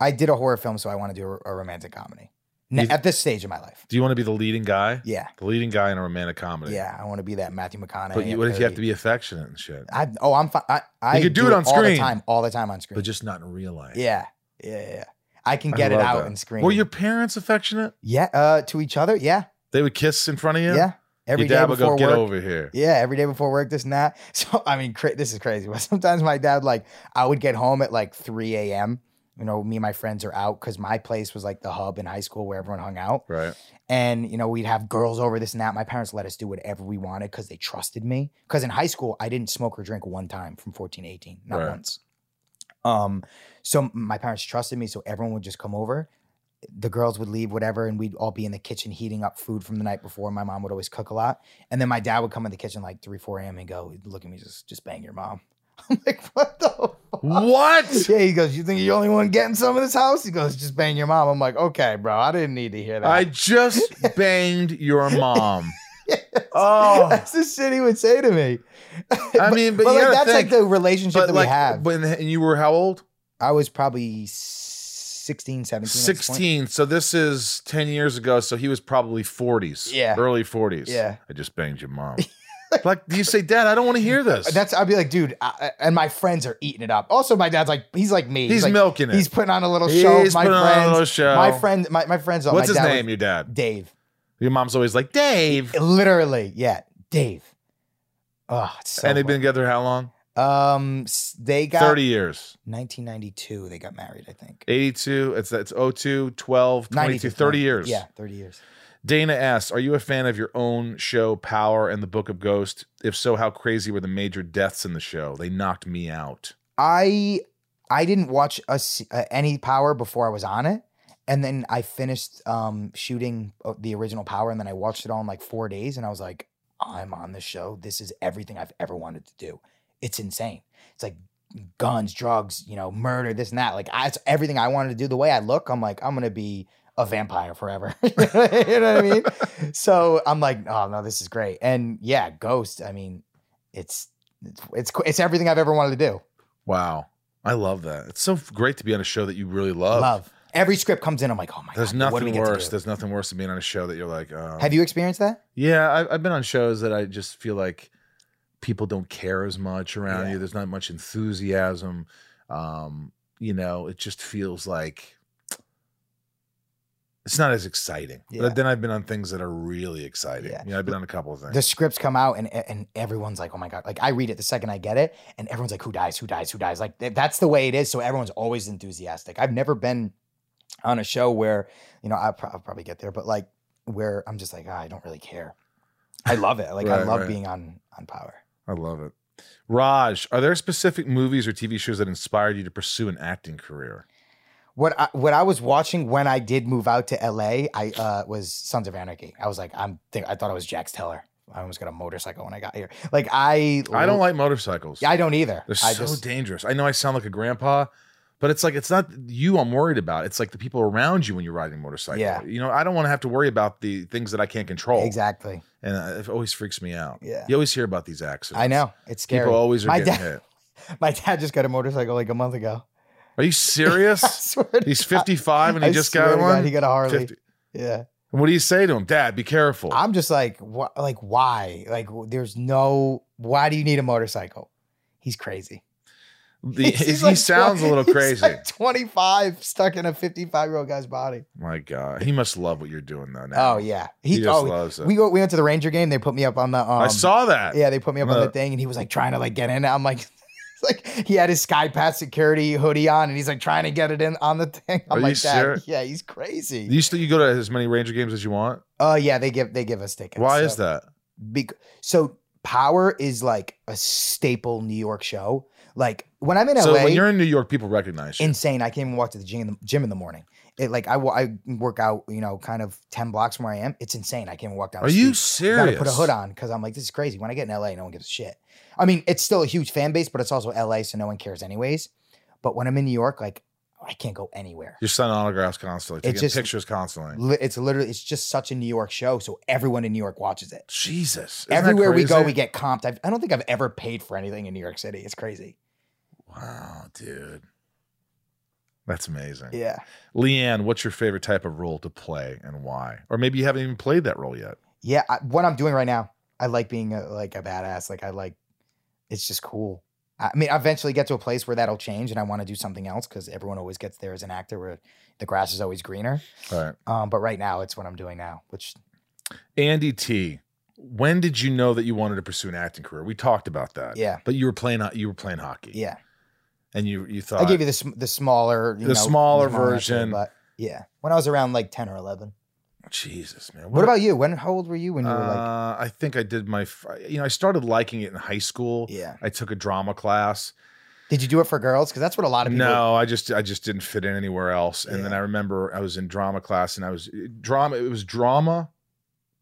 I did a horror film, so I want to do a, a romantic comedy N-
You've-
at this stage of my life.
Do you want to be the leading guy?
Yeah,
The leading guy in a romantic comedy.
yeah, I want to be that Matthew McConaughey.
But you,
at
what if you have
30.
to be affectionate and shit?
I oh, I'm fine. I, I
could do it on
all
screen.
the time, all the time on screen.
But just not in real life.
yeah, yeah, yeah. yeah. I can
I
get it
love
out
that.
in screen.
Were your parents affectionate?
yeah uh, to each other. Yeah,
They would kiss in front of you.
yeah. Every
Your dad
day
would go
before
get
work.
over here.
Yeah, every day before work, this and that. <laughs> So I mean, cra- this is crazy. But sometimes my dad, like, I would get home at like 3 a.m. You know, me and my friends are out because my place was like the hub in high school where everyone hung out,
Right.
and you know we'd have girls over this and that. My parents let us do whatever we wanted because they trusted me. Because in high school, I didn't smoke or drink one time from 14 to 18, not
Right.
once. Um, so my parents trusted me, so everyone would just come over. The girls would leave, whatever, and we'd all be in the kitchen heating up food from the night before. My mom would always cook a lot. And then my dad would come in the kitchen like three, four a.m. and go, he'd look at me, just just bang your mom. <laughs> I'm like, what the fuck?
What?
<laughs> Yeah, he goes, you think you're the only one getting some of this house? He goes, just bang your mom. I'm like, okay, bro, I didn't need to hear that.
I just
<laughs>
banged your mom. Oh,
that's the shit he would say to me.
I mean, but,
But
you
like
gotta
that's
think,
like the relationship
but
that
like,
we have.
But and you were how old?
I was probably 16, 17. at this point.
16 so this is 10 years ago so he was probably 40s
Yeah.
early 40s
Yeah.
i just banged your
<laughs>
mom like you say dad i don't want to hear this
That's I'd be like, dude, I, and my friends are eating it up. Also, my dad's like, he's like me.
he's,
like,
milking it
He's putting on a little show.
He's
my
putting on a
friends,
little show.
my friend, my, my friends. uh, my
what's his
dad was-
name your dad
Dave.
your mom's always like dave
Literally, yeah, Dave. Oh, it's so
and they've been
funny.
together how long
um s- they got
30 years
1992. They got married, I think.
82 it's that's 02 12 22
92,
30 years
Yeah, 30 years.
dana asks are you a fan of your own show power and the book of ghost if so how crazy were the major deaths in the show they knocked me out
I I didn't watch a, s- uh, any Power before I was on it, and then I finished um shooting uh, the original Power, and then I watched it all in like four days, and I was like, I'm on this show. This is everything I've ever wanted to do. It's insane. It's like guns, drugs, you know, murder, this and that. Like I, it's everything I wanted to do. The way I look, I'm like, I'm gonna be a vampire forever. <laughs> you know what I mean? so I'm like, oh no, this is great. And yeah, Ghost. I mean, it's it's it's, it's everything I've ever wanted to do.
Wow. I love that. It's so f- great to be on a show that you really love.
love. Every script comes in, I'm like, oh my
There's
god, what do we
nothing
get to
worse.
do?
There's nothing worse than being on a show that you're like, um,
Have you experienced that?
yeah, I, I've been on shows that I just feel like people don't care as much around
Yeah.
you. There's not much enthusiasm. Um, you know, it just feels like it's not as exciting. But
Yeah.
Then I've been on things that are really exciting.
Yeah.
You know, I've been on a couple of things.
The scripts come out, and and everyone's like, oh my god. Like I read it the second I get it, and everyone's like, who dies? Who dies? Who dies? Like th- that's the way it is. So everyone's always enthusiastic. I've never been on a show where you know I pro- I'll probably get there, but like where I'm just like, ah, I don't really care. I love it. Like I
Right,
love
right.
being on on Power.
I love it. Raj, are there specific movies or TV shows that inspired you to pursue an acting career?
What I, what I was watching when I did move out to LA, I uh, was Sons of Anarchy. I was like, I'm think I thought I was Jax Teller. I almost got a motorcycle when I got here. Like I,
I don't like motorcycles.
Yeah, I don't either.
They're
I
so dangerous. I know I sound like a grandpa, but it's like it's not you I'm worried about. It's like the people around you when you're riding a motorcycle.
Yeah.
You know, I don't want to have to worry about the things that I can't control.
exactly.
And uh, it always freaks me out.
Yeah,
You always hear about these accidents.
I know it's scary.
People always are
My
getting
dad-
hit.
My dad just got a motorcycle like a month ago. <laughs>
Are you
I
serious?
swear to
He's
God.
55 and he
I
just
swear
got
to God,
one.
He got a Harley.
50.
Yeah,
What do you say to him? Dad, be careful.
I'm just like, what? Like, why? Like, w- there's no. Why do you need a motorcycle? He's crazy.
The- <laughs>
He's
he
<laughs> like
sounds a
20
little
he's
crazy.
like 25, stuck in a 55 year old guy's body.
My God. He must love what you're doing though now.
Oh yeah,
He,
he.
just
oh,
loves it.
we go. We went to the Ranger game. They put me up on the. Um,
I saw that.
Yeah, they put me up on the
Uh,
thing, and he was like trying to like get in. I'm like, <laughs> it's like he had his Sky Pass security hoodie on, and he's like trying to get it in on the thing.
Are
I'm
you
like, Dad,
serious?
yeah, he's crazy.
You still you go to as many Ranger games as you want?
Oh yeah, they give they give us tickets.
Why
so.
is that?
Bec- so Power is like a staple New York show. Like when I'm in
So
LA,
when you're in New York, people recognize you.
insane. I can't even walk to the gym in the, gym in the morning. It, like I, wa- I work out, you know, kind of ten blocks from where I am. It's insane. I can't even walk down.
Are
the
you
street.
serious?
Gotta put a hood on because I'm like, this is crazy. When I get in LA, no one gives a shit. I mean, it's still a huge fan base, but it's also LA, so no one cares anyways. But when I'm in New York, like I can't go anywhere.
You're signing autographs constantly, taking
just-
pictures constantly.
Li- It's literally, it's just such a New York show, so everyone in New York watches it.
Jesus. Isn't that
Everywhere we go,
crazy?
we get comped. I've, I don't think I've ever paid for anything in New York City. It's crazy.
Wow, dude. That's amazing.
Yeah.
Leanne, what's your favorite type of role to play and why? Or maybe you haven't even played that role yet.
Yeah. I, what I'm doing right now, I like being a, like a badass. Like I like, it's just cool. I I mean, I eventually get to a place where that'll change, and I want to do something else because everyone always gets there as an actor, where the grass is always greener.
Right.
Um, but right now, it's what I'm doing now, which
Andy T, when did you know that you wanted to pursue an acting career? We talked about that.
yeah,
But you were playing ho- you were playing hockey.
yeah.
And you you thought
I gave you the sm- the smaller, you
the
know,
smaller version.
version, but yeah, when I was around like ten or eleven.
Jesus, man.
What, about you? When how old were you when you were like?
uh, I think I did my fr- you know, I started liking it in high school.
Yeah.
I took a drama class.
Did you do it for girls? Because that's what a lot of people.
No, I just I just didn't fit in anywhere else. And then
Yeah.
I remember I was in drama class and I was uh, drama. It was drama.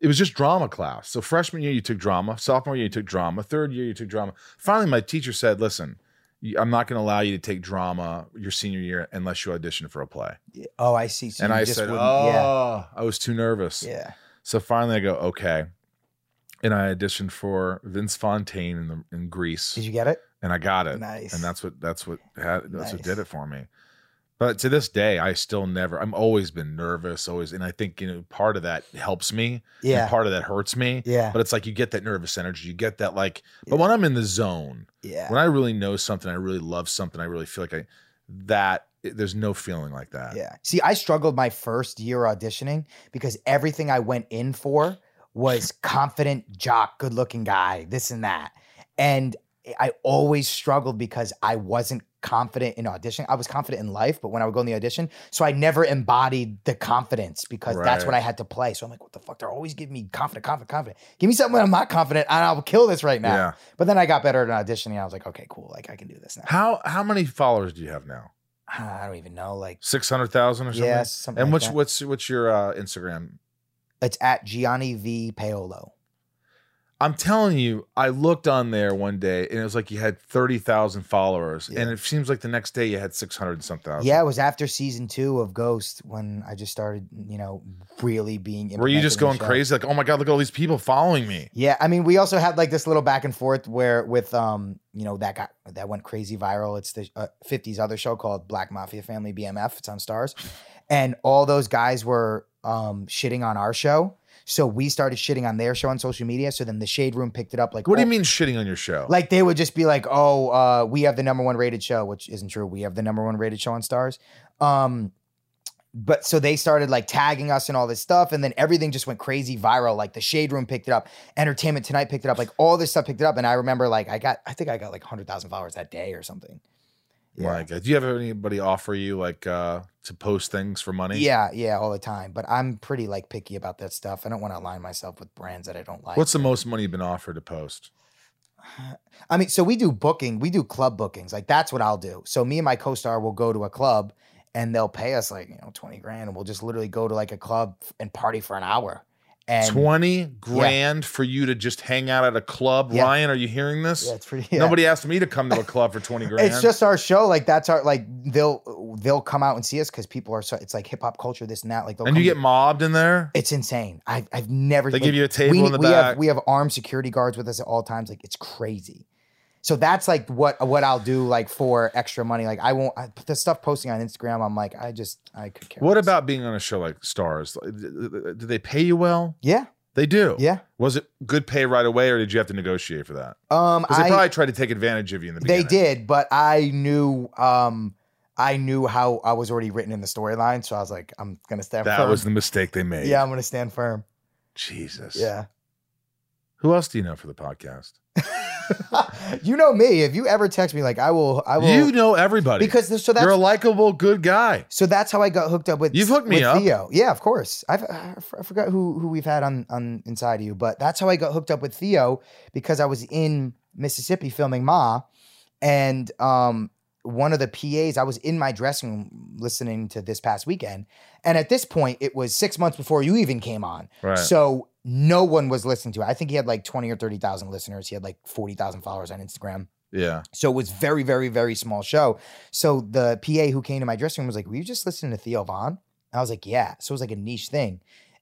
It was just drama class. So freshman year you took drama, sophomore year you took drama, third year you took drama. Finally, my teacher said, "Listen, you- I'm not going to allow you to take drama your senior year unless you audition for a play."
Oh, I see. So
and
you
I
just
said,
wouldn't-
"Oh,
yeah,
I was too nervous."
yeah.
So finally, I go, "Okay," and I auditioned for Vince Fontaine in the in Greece,
Did you get it?
and I got it
Nice.
and that's what that's what had that's what did
Nice.
it for me but to this day i still never i'm always been nervous always and i think you know part of that helps me
yeah,
and part of that hurts me
yeah,
but it's like you get that nervous energy you get that like but when i'm in the zone
yeah.
when i really know something i really love something i really feel like i that it- there's no feeling like that
Yeah. See, I struggled my first year auditioning because everything I went in for
<laughs>
was confident jock, good looking guy, this and that. And I always struggled because I wasn't confident in audition. I was confident in life, but when I would go in the audition, so I never embodied the confidence because that's what I had to play. So I'm like, what the fuck? They're always giving me confident, confident, confident. Give me something when I'm not confident and I'll kill this right now.
yeah
But then I got better at auditioning. I was like, okay, cool. Like I can do this now.
how how many followers do you have now
<sighs> I don't even know. Like,
600000 or something
yeah, something
and
like
what's
that.
what's what's your uh instagram
It's at Gianni V Paolo.
I'm telling you, I looked on there one day and it was like you had 30,000 followers.
Yeah.
And it seems like the next day you had 600 and something. thousand.
Yeah, it was after season two of Ghost when I just started, you know, really being.
Were you
implemented
just
in the
going
show.
crazy? Like, oh my God, look at all these people following me.
Yeah, I mean, we also had like this little back and forth where with um, you know, that got that went crazy viral. It's the uh, '50s other show called Black Mafia Family BMF. It's on Stars, and all those guys were um shitting on our show. So we started shitting on their show on social media. So then the Shade Room picked it up. Like,
What do
oh,
you mean shitting on your show?
Like they would just be like, "Oh, uh, we have the number one rated show," which isn't true. We have the number one rated show on Stars. Um, but so they started like tagging us and all this stuff, and then everything just went crazy viral. Like the Shade Room picked it up, Entertainment Tonight picked it up, like all this stuff picked it up. And I remember like I got, I think I got like hundred thousand followers that day or something. Yeah.
My God. Do you have anybody offer you like uh to post things for money?
yeah, yeah, all the time. But I'm pretty like picky about that stuff. I don't want to align myself with brands that I don't like.
What's the most money you've been offered to post?
I mean, so we do booking, we do club bookings. Like that's what I'll do. So me and my co-star will go to a club and they'll pay us like, you know, 20 grand and we'll just literally go to like a club f- and party for an hour. And
20 grand for you to just hang out at a club.
Yeah.
Ryan, are you hearing this?
yeah, it's pretty yeah.
Nobody asked me to come to a club for 20 grand.
<laughs> It's just our show. Like that's our like they'll they'll come out and see us because people are so it's like hip hop culture, this and that. Like they'll
and you
come
get mobbed in there?
it's insane. I've I've never
They
like,
give you a table
we,
in the
we
back.
Have, we have armed security guards with us at all times. Like it's crazy. So that's like what what I'll do like for extra money. Like I won't I, the stuff posting on Instagram. I'm like I just I could care.
What
less.
about being on a show like Stars? Like, th- th- th- Do they pay you well?
Yeah,
They do.
yeah.
Was it good pay right away, or did you have to negotiate for that?
Um,
Because they
I
probably tried to take advantage of you in the
they
beginning.
did, but I knew um I knew how I was already written in the storyline, so I was like I'm gonna stand
That
firm.
was the mistake they made.
yeah, I'm gonna stand firm.
Jesus.
Yeah. <laughs>
Who else do you know for the podcast?
you know me. If you ever text me, like I will, I will.
you know everybody.
because this- so that's
you're a likable, good guy.
So that's how I got hooked up with.
You've hooked me
with
up.
Theo. Yeah, of course. I've, I f- I forgot who who we've had on on inside of you, but that's how I got hooked up with Theo because I was in Mississippi filming Ma, and um one of the PAs I was in my dressing room listening to this past weekend, and at this point it was six months before you even came on,
Right.
so no one was listening to it. I think he had like twenty or thirty thousand listeners. He had like forty thousand followers on Instagram.
yeah.
So it was very, very, very small show. So the PA who came to my dressing room was like, Were you just listening to Theo Vaughn? I was like, Yeah. So it was like a niche thing.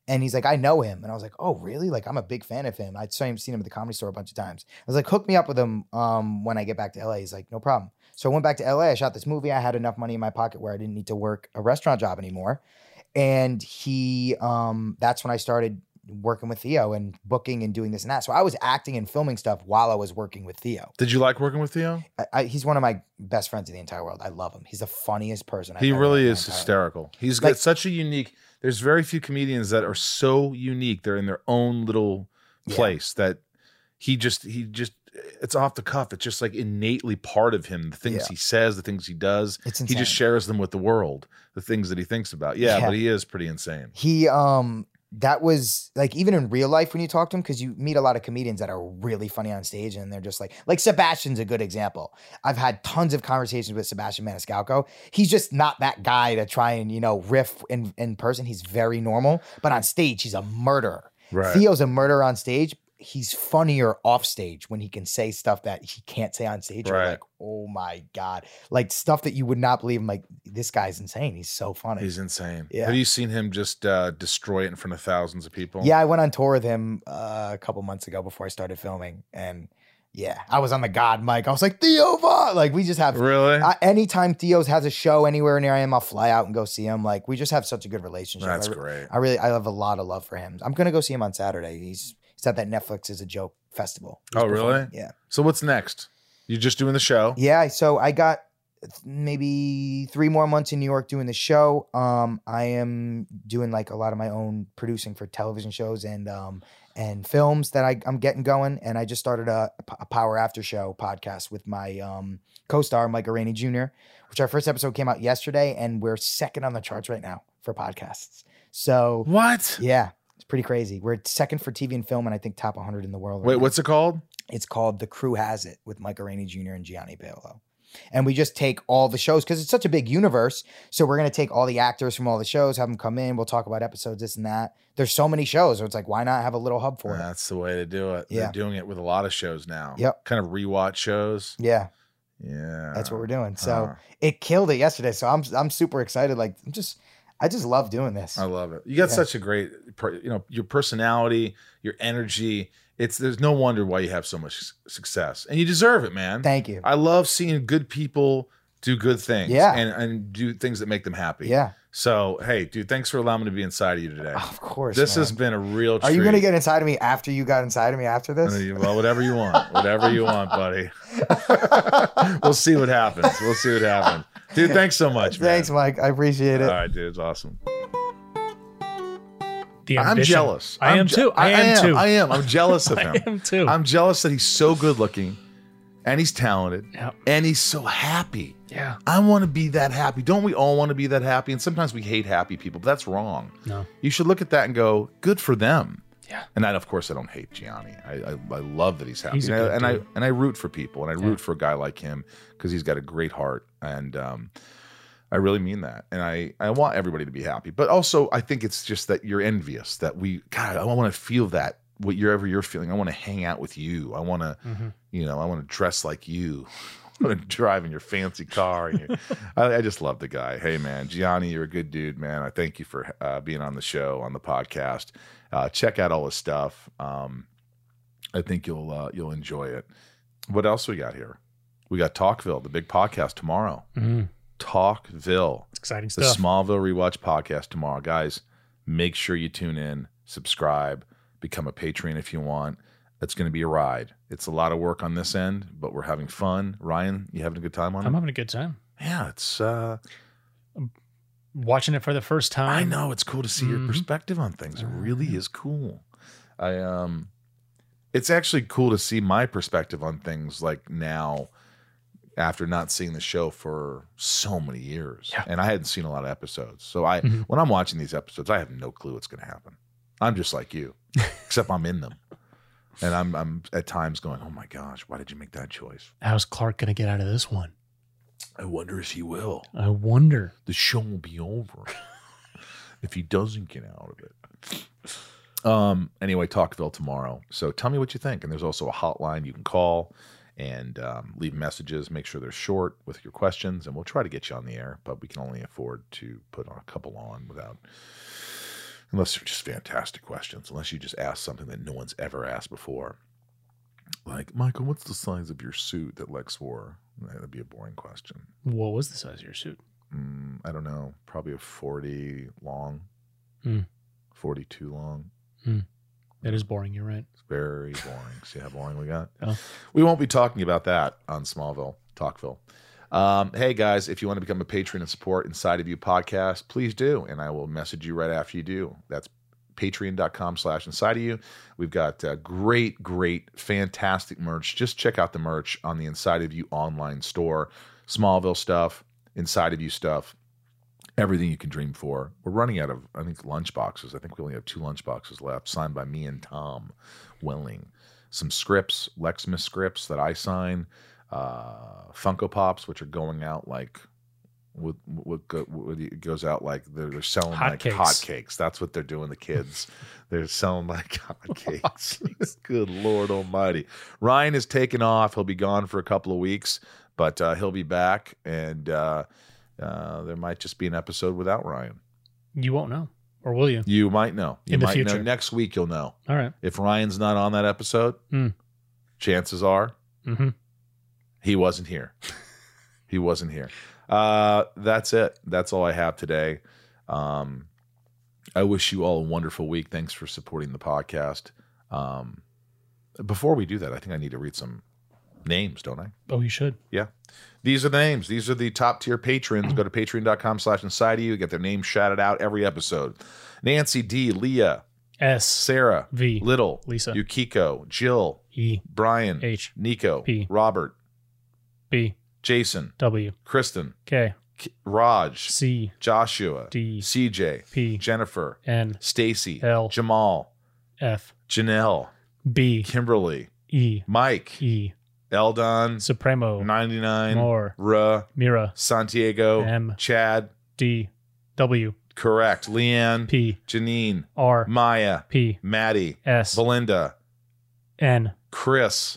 And he's like, I know him. And I was like, oh, really? Like, I'm a big fan of him. I'd saw him, seen him at the comedy store a bunch of times. I was like, hook me up with him um, when I get back to LA. He's like, no problem. So I went back to LA. I shot this movie. I had enough money in my pocket where I didn't need to work a restaurant job anymore. And he, um, that's when I started working with Theo and booking and doing this and that. So I was acting and filming stuff while I was working with Theo.
Did you like working with Theo?
I, I, he's one of my best friends in the entire world. I love him. He's the funniest person. I've
He
ever
really
met in my
is
entire life.
hysterical. He's
Like-
got such a unique. There's very few comedians that are so unique. They're in their own little
Yeah.
place that he just he just it's off the cuff. It's just like innately part of him. The things
Yeah.
he says, the things he does.
It's insane.
He just shares them with the world. The things that he thinks about. Yeah,
Yeah.
but he is pretty insane.
He um that was like even in real life when you talk to him because you meet a lot of comedians that are really funny on stage and they're just like like Sebastian's a good example. I've had tons of conversations with Sebastian Maniscalco. He's just not that guy to try and you know riff in in person. He's very normal, but on stage he's a murderer. Theo's a murderer on stage. He's funnier off stage when he can say stuff that he can't say on stage. You're
Right.
like, oh my God. Like stuff that you would not believe. I'm like, this guy's insane. He's so funny.
He's insane.
Yeah.
Have you seen him just uh, destroy it in front of thousands of people?
Yeah, I went on tour with him uh, a couple months ago before I started filming, and yeah, I was on the God mic. I was like Theo Vaughn. Like we just have.
Really?
I, anytime Theo's has a show anywhere near I am, I'll fly out and go see him. Like we just have such a good relationship.
That's
I, re-
great.
I really, I have a lot of love for him. I'm gonna go see him on Saturday. He's he's at that Netflix is a joke festival. He's
Oh,
performing.
really?
Yeah,
So what's next? You're just doing the show.
yeah. So I got maybe three more months in New York doing the show. Um, I am doing like a lot of my own producing for television shows and um and films that I, I'm getting going. And I just started a, a Power After Show podcast with my um co-star Mike Rainey Jr., which our first episode came out yesterday, and we're second on the charts right now for podcasts. So
What?
yeah. It's pretty crazy. We're second for TV and film, and I think top 100 in the world. right
Wait,
now.
what's it called?
It's called The Crew Has It with Mike Araney Jr. and Gianni Paolo. And we just take all the shows because it's such a big universe. So we're going to take all the actors from all the shows, have them come in. We'll talk about episodes, this and that. There's so many shows. So it's like, why not have a little hub for it?
That's the way to do it.
Yeah.
They're doing it with a lot of shows now.
Yep.
Kind of rewatch shows.
Yeah,
Yeah. Uh-huh.
that's what we're doing. So
Huh.
it killed it yesterday. So I'm I'm super excited. Like I'm just I just love doing this.
I love it. You got
Yeah.
such a great, per- you know, your personality, your energy. It's there's no wonder why you have so much s- success, and you deserve it, man.
Thank you.
I love seeing good people do good things.
Yeah.
And and do things that make them happy.
yeah, Oh,
So hey, dude, thanks for allowing me to be inside of you today.
of course.
this has
man.
been a real.
Are you going to
treat.
get inside of me after you got inside of me after this?
Well, whatever you want, whatever you want, <laughs> buddy. we'll see what happens. We'll see what happens, dude. Thanks so much, man.
Thanks, Mike. I appreciate it.
All right, dude. It's awesome.
The
I'm
ambition.
jealous.
I
I'm
am
je-
too. I, am, too.
I am. I'm jealous of him.
<laughs> I am too.
I'm jealous that he's so good looking and he's talented
Yeah.
and he's so happy.
yeah.
I want to be that happy. Don't we all want to be that happy? And sometimes we hate happy people, but that's wrong.
No.
You should look at that and go, good for them.
Yeah.
And I, of course, I don't hate Gianni. I, I, I love that he's happy.
He's a
and I,
good
and I
dude.
and I root for people, and I
Yeah.
root for a guy like him because he's got a great heart, and um, I really mean that. And I I want everybody to be happy, but also I think it's just that you're envious that we God I want to feel that whatever you're feeling. I want to hang out with you. I want to
Mhm.
you know I want to dress like you. <laughs> I want to drive in your fancy car. And your, <laughs> I, I just love the guy. Hey man, Gianni, you're a good dude, man. I thank you for uh, being on the show on the podcast. Uh, check out all his stuff. Um, I think you'll uh, you'll enjoy it. What else we got here? We got Talkville, the big podcast tomorrow.
Mhm.
Talkville,
It's exciting
the
stuff.
Smallville Rewatch podcast tomorrow, guys. Make sure you tune in, subscribe, become a patron if you want. It's going to be a ride. It's a lot of work on this end, but we're having fun. Ryan, you having a good time on
I'm
it?
having a good time
Yeah, it's. uh
watching it for the first time.
I know it's cool to see your
Mhm.
perspective on things. It
Uh,
really is cool. I um it's actually cool to see my perspective on things like now after not seeing the show for so many years.
Yeah.
And I hadn't seen a lot of episodes. So I
Mhm.
when I'm watching these episodes, I have no clue what's going to happen. I'm just like
<laughs>
you, except I'm in them. And I'm I'm at times going, "Oh my gosh, why did you make that choice?"
How's Clark going to get out of this one?
I wonder if he will.
I wonder.
the show will be over if he doesn't get out of it. Um. Anyway, Talkville tomorrow. So tell me what you think. And there's also a hotline you can call and um, leave messages. Make sure they're short with your questions, and we'll try to get you on the air. But we can only afford to put on a couple on without unless they're just fantastic questions, unless you just ask something that no one's ever asked before. Like, Michael, what's the size of your suit that Lex wore? That'd be a boring question.
What was the size of your suit?
Mm, I don't know, probably a 40 long,
Hmm.
42 long.
That is boring. You're right.
It's very
<laughs>
boring. See how boring we got?
Oh.
We won't be talking about that on Smallville, Talkville. Um, hey guys, if you want to become a patron and support Inside of You podcast, please do, and I will message you right after you do. That's patreon.com slash inside of you. We've got uh, great, great, fantastic merch. Just check out the merch on the Inside of You online store. Smallville stuff, Inside of You stuff, everything you can dream for. We're running out of, I think, lunch boxes. I think we only have two lunch boxes left, signed by me and Tom Welling. Some scripts, Lexmas scripts that I sign, uh, Funko Pops, which are going out like with what go, with- it goes out like they're, they're selling like
Hotcakes.
hotcakes. That's what they're doing. The kids, they're selling like hotcakes. <laughs> Good Lord Almighty! Ryan is taking off. He'll be gone for a couple of weeks, but uh, he'll be back, and uh, uh, there might just be an episode without Ryan.
You won't know, or will you?
You might know. You
In the
might know.
future.
Next week, you'll know.
All right.
If Ryan's not on that episode,
Hmm.
chances are
Mm-hmm.
he wasn't
<laughs>
here. he wasn't here. Uh, that's it. That's all I have today. Um, I wish you all a wonderful week. Thanks for supporting the podcast. Um, before we do that, I think I need to read some names, don't I?
Oh, you should.
These are the names. These are the top tier patrons. Go to patreon.com slash inside of you. Get their name shouted out every episode. Nancy D, Leah,
S
Sarah,
V
Little,
Lisa.
Yukiko, Jill,
E
Brian,
H
Nico,
P.
Robert,
B
Jason,
W
Kristen,
K
K- Raj,
C
Joshua,
D
CJ,
P
Jennifer,
N
Stacy,
L.
Jamal,
F
Janelle,
B
Kimberly,
E
Mike,
E
Eldon,
Supremo
99,
More
Ra,
Mira
Santiago,
M
Chad,
D W
correct, Leanne,
P
Janine,
R
Maya,
P
Maddie,
S
Belinda,
N
Chris,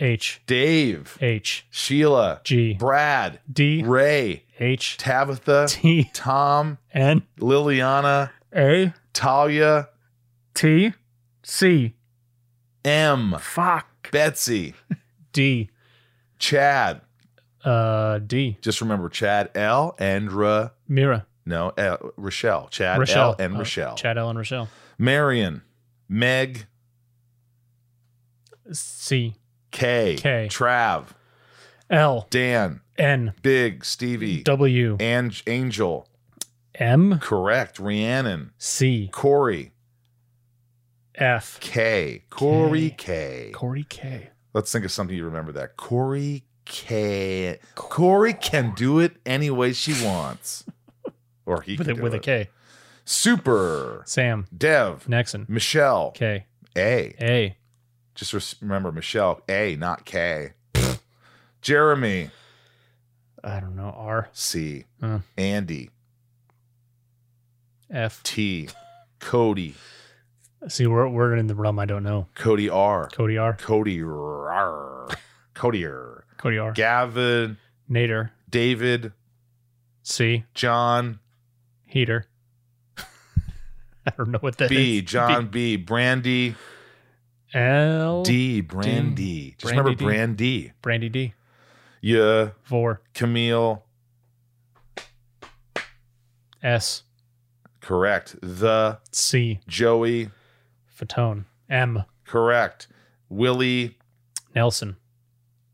H
Dave,
H
Sheila,
G
Brad,
D
Ray,
H
Tabitha,
T
Tom,
N
Liliana,
A
Talia,
T C
M,
fuck
Betsy,
D
Chad.
uh D
Just remember Chad L and Ra,
Mira
no, L, Rochelle. Chad
Rochelle
L and
Uh,
Rochelle.
Chad L and Rochelle
Marion, Meg,
C
K,
K.
Trav,
L
Dan,
N
Big, Stevie,
W
Ang- Angel,
M
correct, Rhiannon,
C
Corey,
F
K, Corey K.
Corey K
Let's think of something you remember that. Corey K. Corey can do it any way she wants. Or he
with
can
a,
do
with a
it.
K
Super.
Sam
Dev.
Nexon
Michelle.
K
A.
A
Just res- remember Michelle. A, not K. Jeremy.
I don't know R
C.
Huh.
Andy.
F
T. Cody.
see we're we're in the realm I don't know
Cody R.
Cody R
Cody R. Cody R.
Cody R
Gavin.
Nader
David.
C
John.
Heater <laughs> I don't know what that is. <laughs>
B. John B. Brandy.
L
D Brandy. Just
Brandy
remember
D.
Brandy.
Brandy D
Yeah,
Vor
Camille.
S
Correct. The
C
Joey.
Fatone M
Correct. Willie. <laughs>
Nelson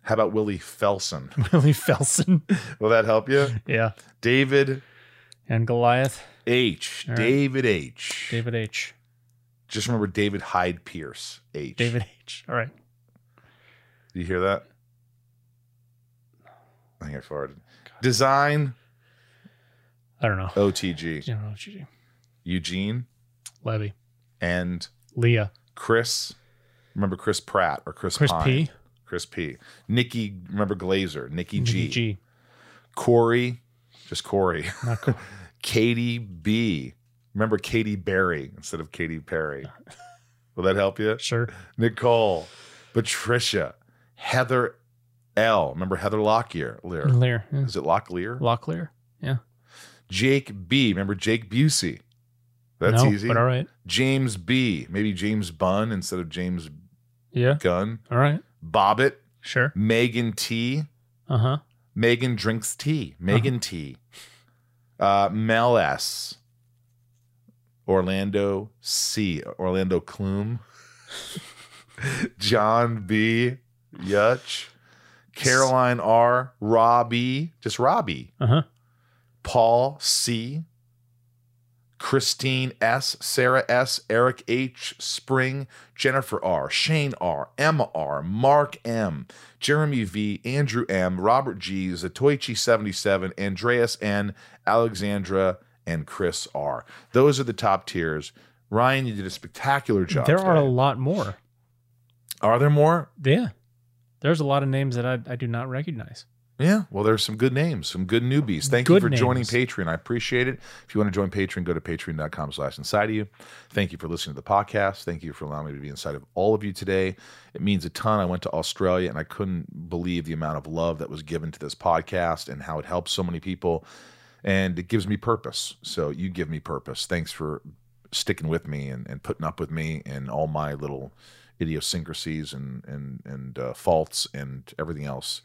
How about Willie Felson?
Willie Felson
Will that help you?
<laughs> yeah
David
and Goliath
H.
All right.
David H.
David H
Just remember David Hyde Pierce H.
David H all right
Do you hear that? I think I farted. Design
I don't know
OTG.
You know, GG.
Eugene
Levy
and
Leah
Chris. Remember Chris Pratt or Chris,
Chris
Pine.
P
Chris P. Nikki, remember Glazer, Nikki E G.
Nikki G
Corey, just Corey. <laughs>
not Cor-
Katie B. Remember Katie Berry instead of Katy
<laughs>
Perry. Will that help you?
sure
Nicole, Patricia, Heather L. Remember Heather Lockyer? Lear.
Lear yeah.
Is it Locklear?
Locklear
Jake B. Remember Jake Busey? That's
no,
easy.
But all right.
James B. Maybe James Bunn instead of James
Yeah.
Gunn.
All right.
Bobbit.
Sure.
Megan T.
Uh huh.
Megan drinks tea. Megan T. Uh, Mel S. Orlando C. Orlando Klum. John B. Yutch. Caroline R. Robbie. Just Robbie.
Uh huh.
Paul C. Christine S. Sarah S. Eric H. Spring. Jennifer R. Shane R. Emma R. Mark M. Jeremy V. Andrew M. Robert G. Zatoichi 77. Andreas N. Alexandra and Chris R. Those are the top tiers. Ryan, you did a spectacular job.
There are a
today.
lot more.
are there more?
Yeah. There's a lot of names that I, I do not recognize.
Yeah, well, there's some good names, some good newbies. Thank you
Good
for joining
names.
Patreon. I appreciate it. If you want to join Patreon, go to patreon.com slash inside of you. Thank you for listening to the podcast. Thank you for allowing me to be inside of all of you today. It means a ton. I went to Australia and I couldn't believe the amount of love that was given to this podcast and how it helps so many people. And it gives me purpose. So you give me purpose. Thanks for sticking with me and, and putting up with me and all my little idiosyncrasies and and and uh, faults and everything else.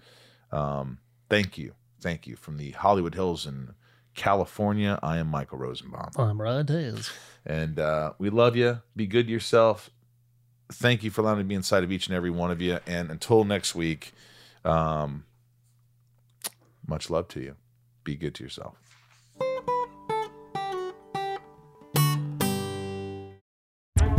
Um, thank you, thank you from the Hollywood Hills in California. I am Michael Rosenbaum,
I'm right. Is.
and uh, we love you. Be good to yourself. Thank you for allowing me to be inside of each and every one of you. And until next week, um, much love to you. Be good to yourself.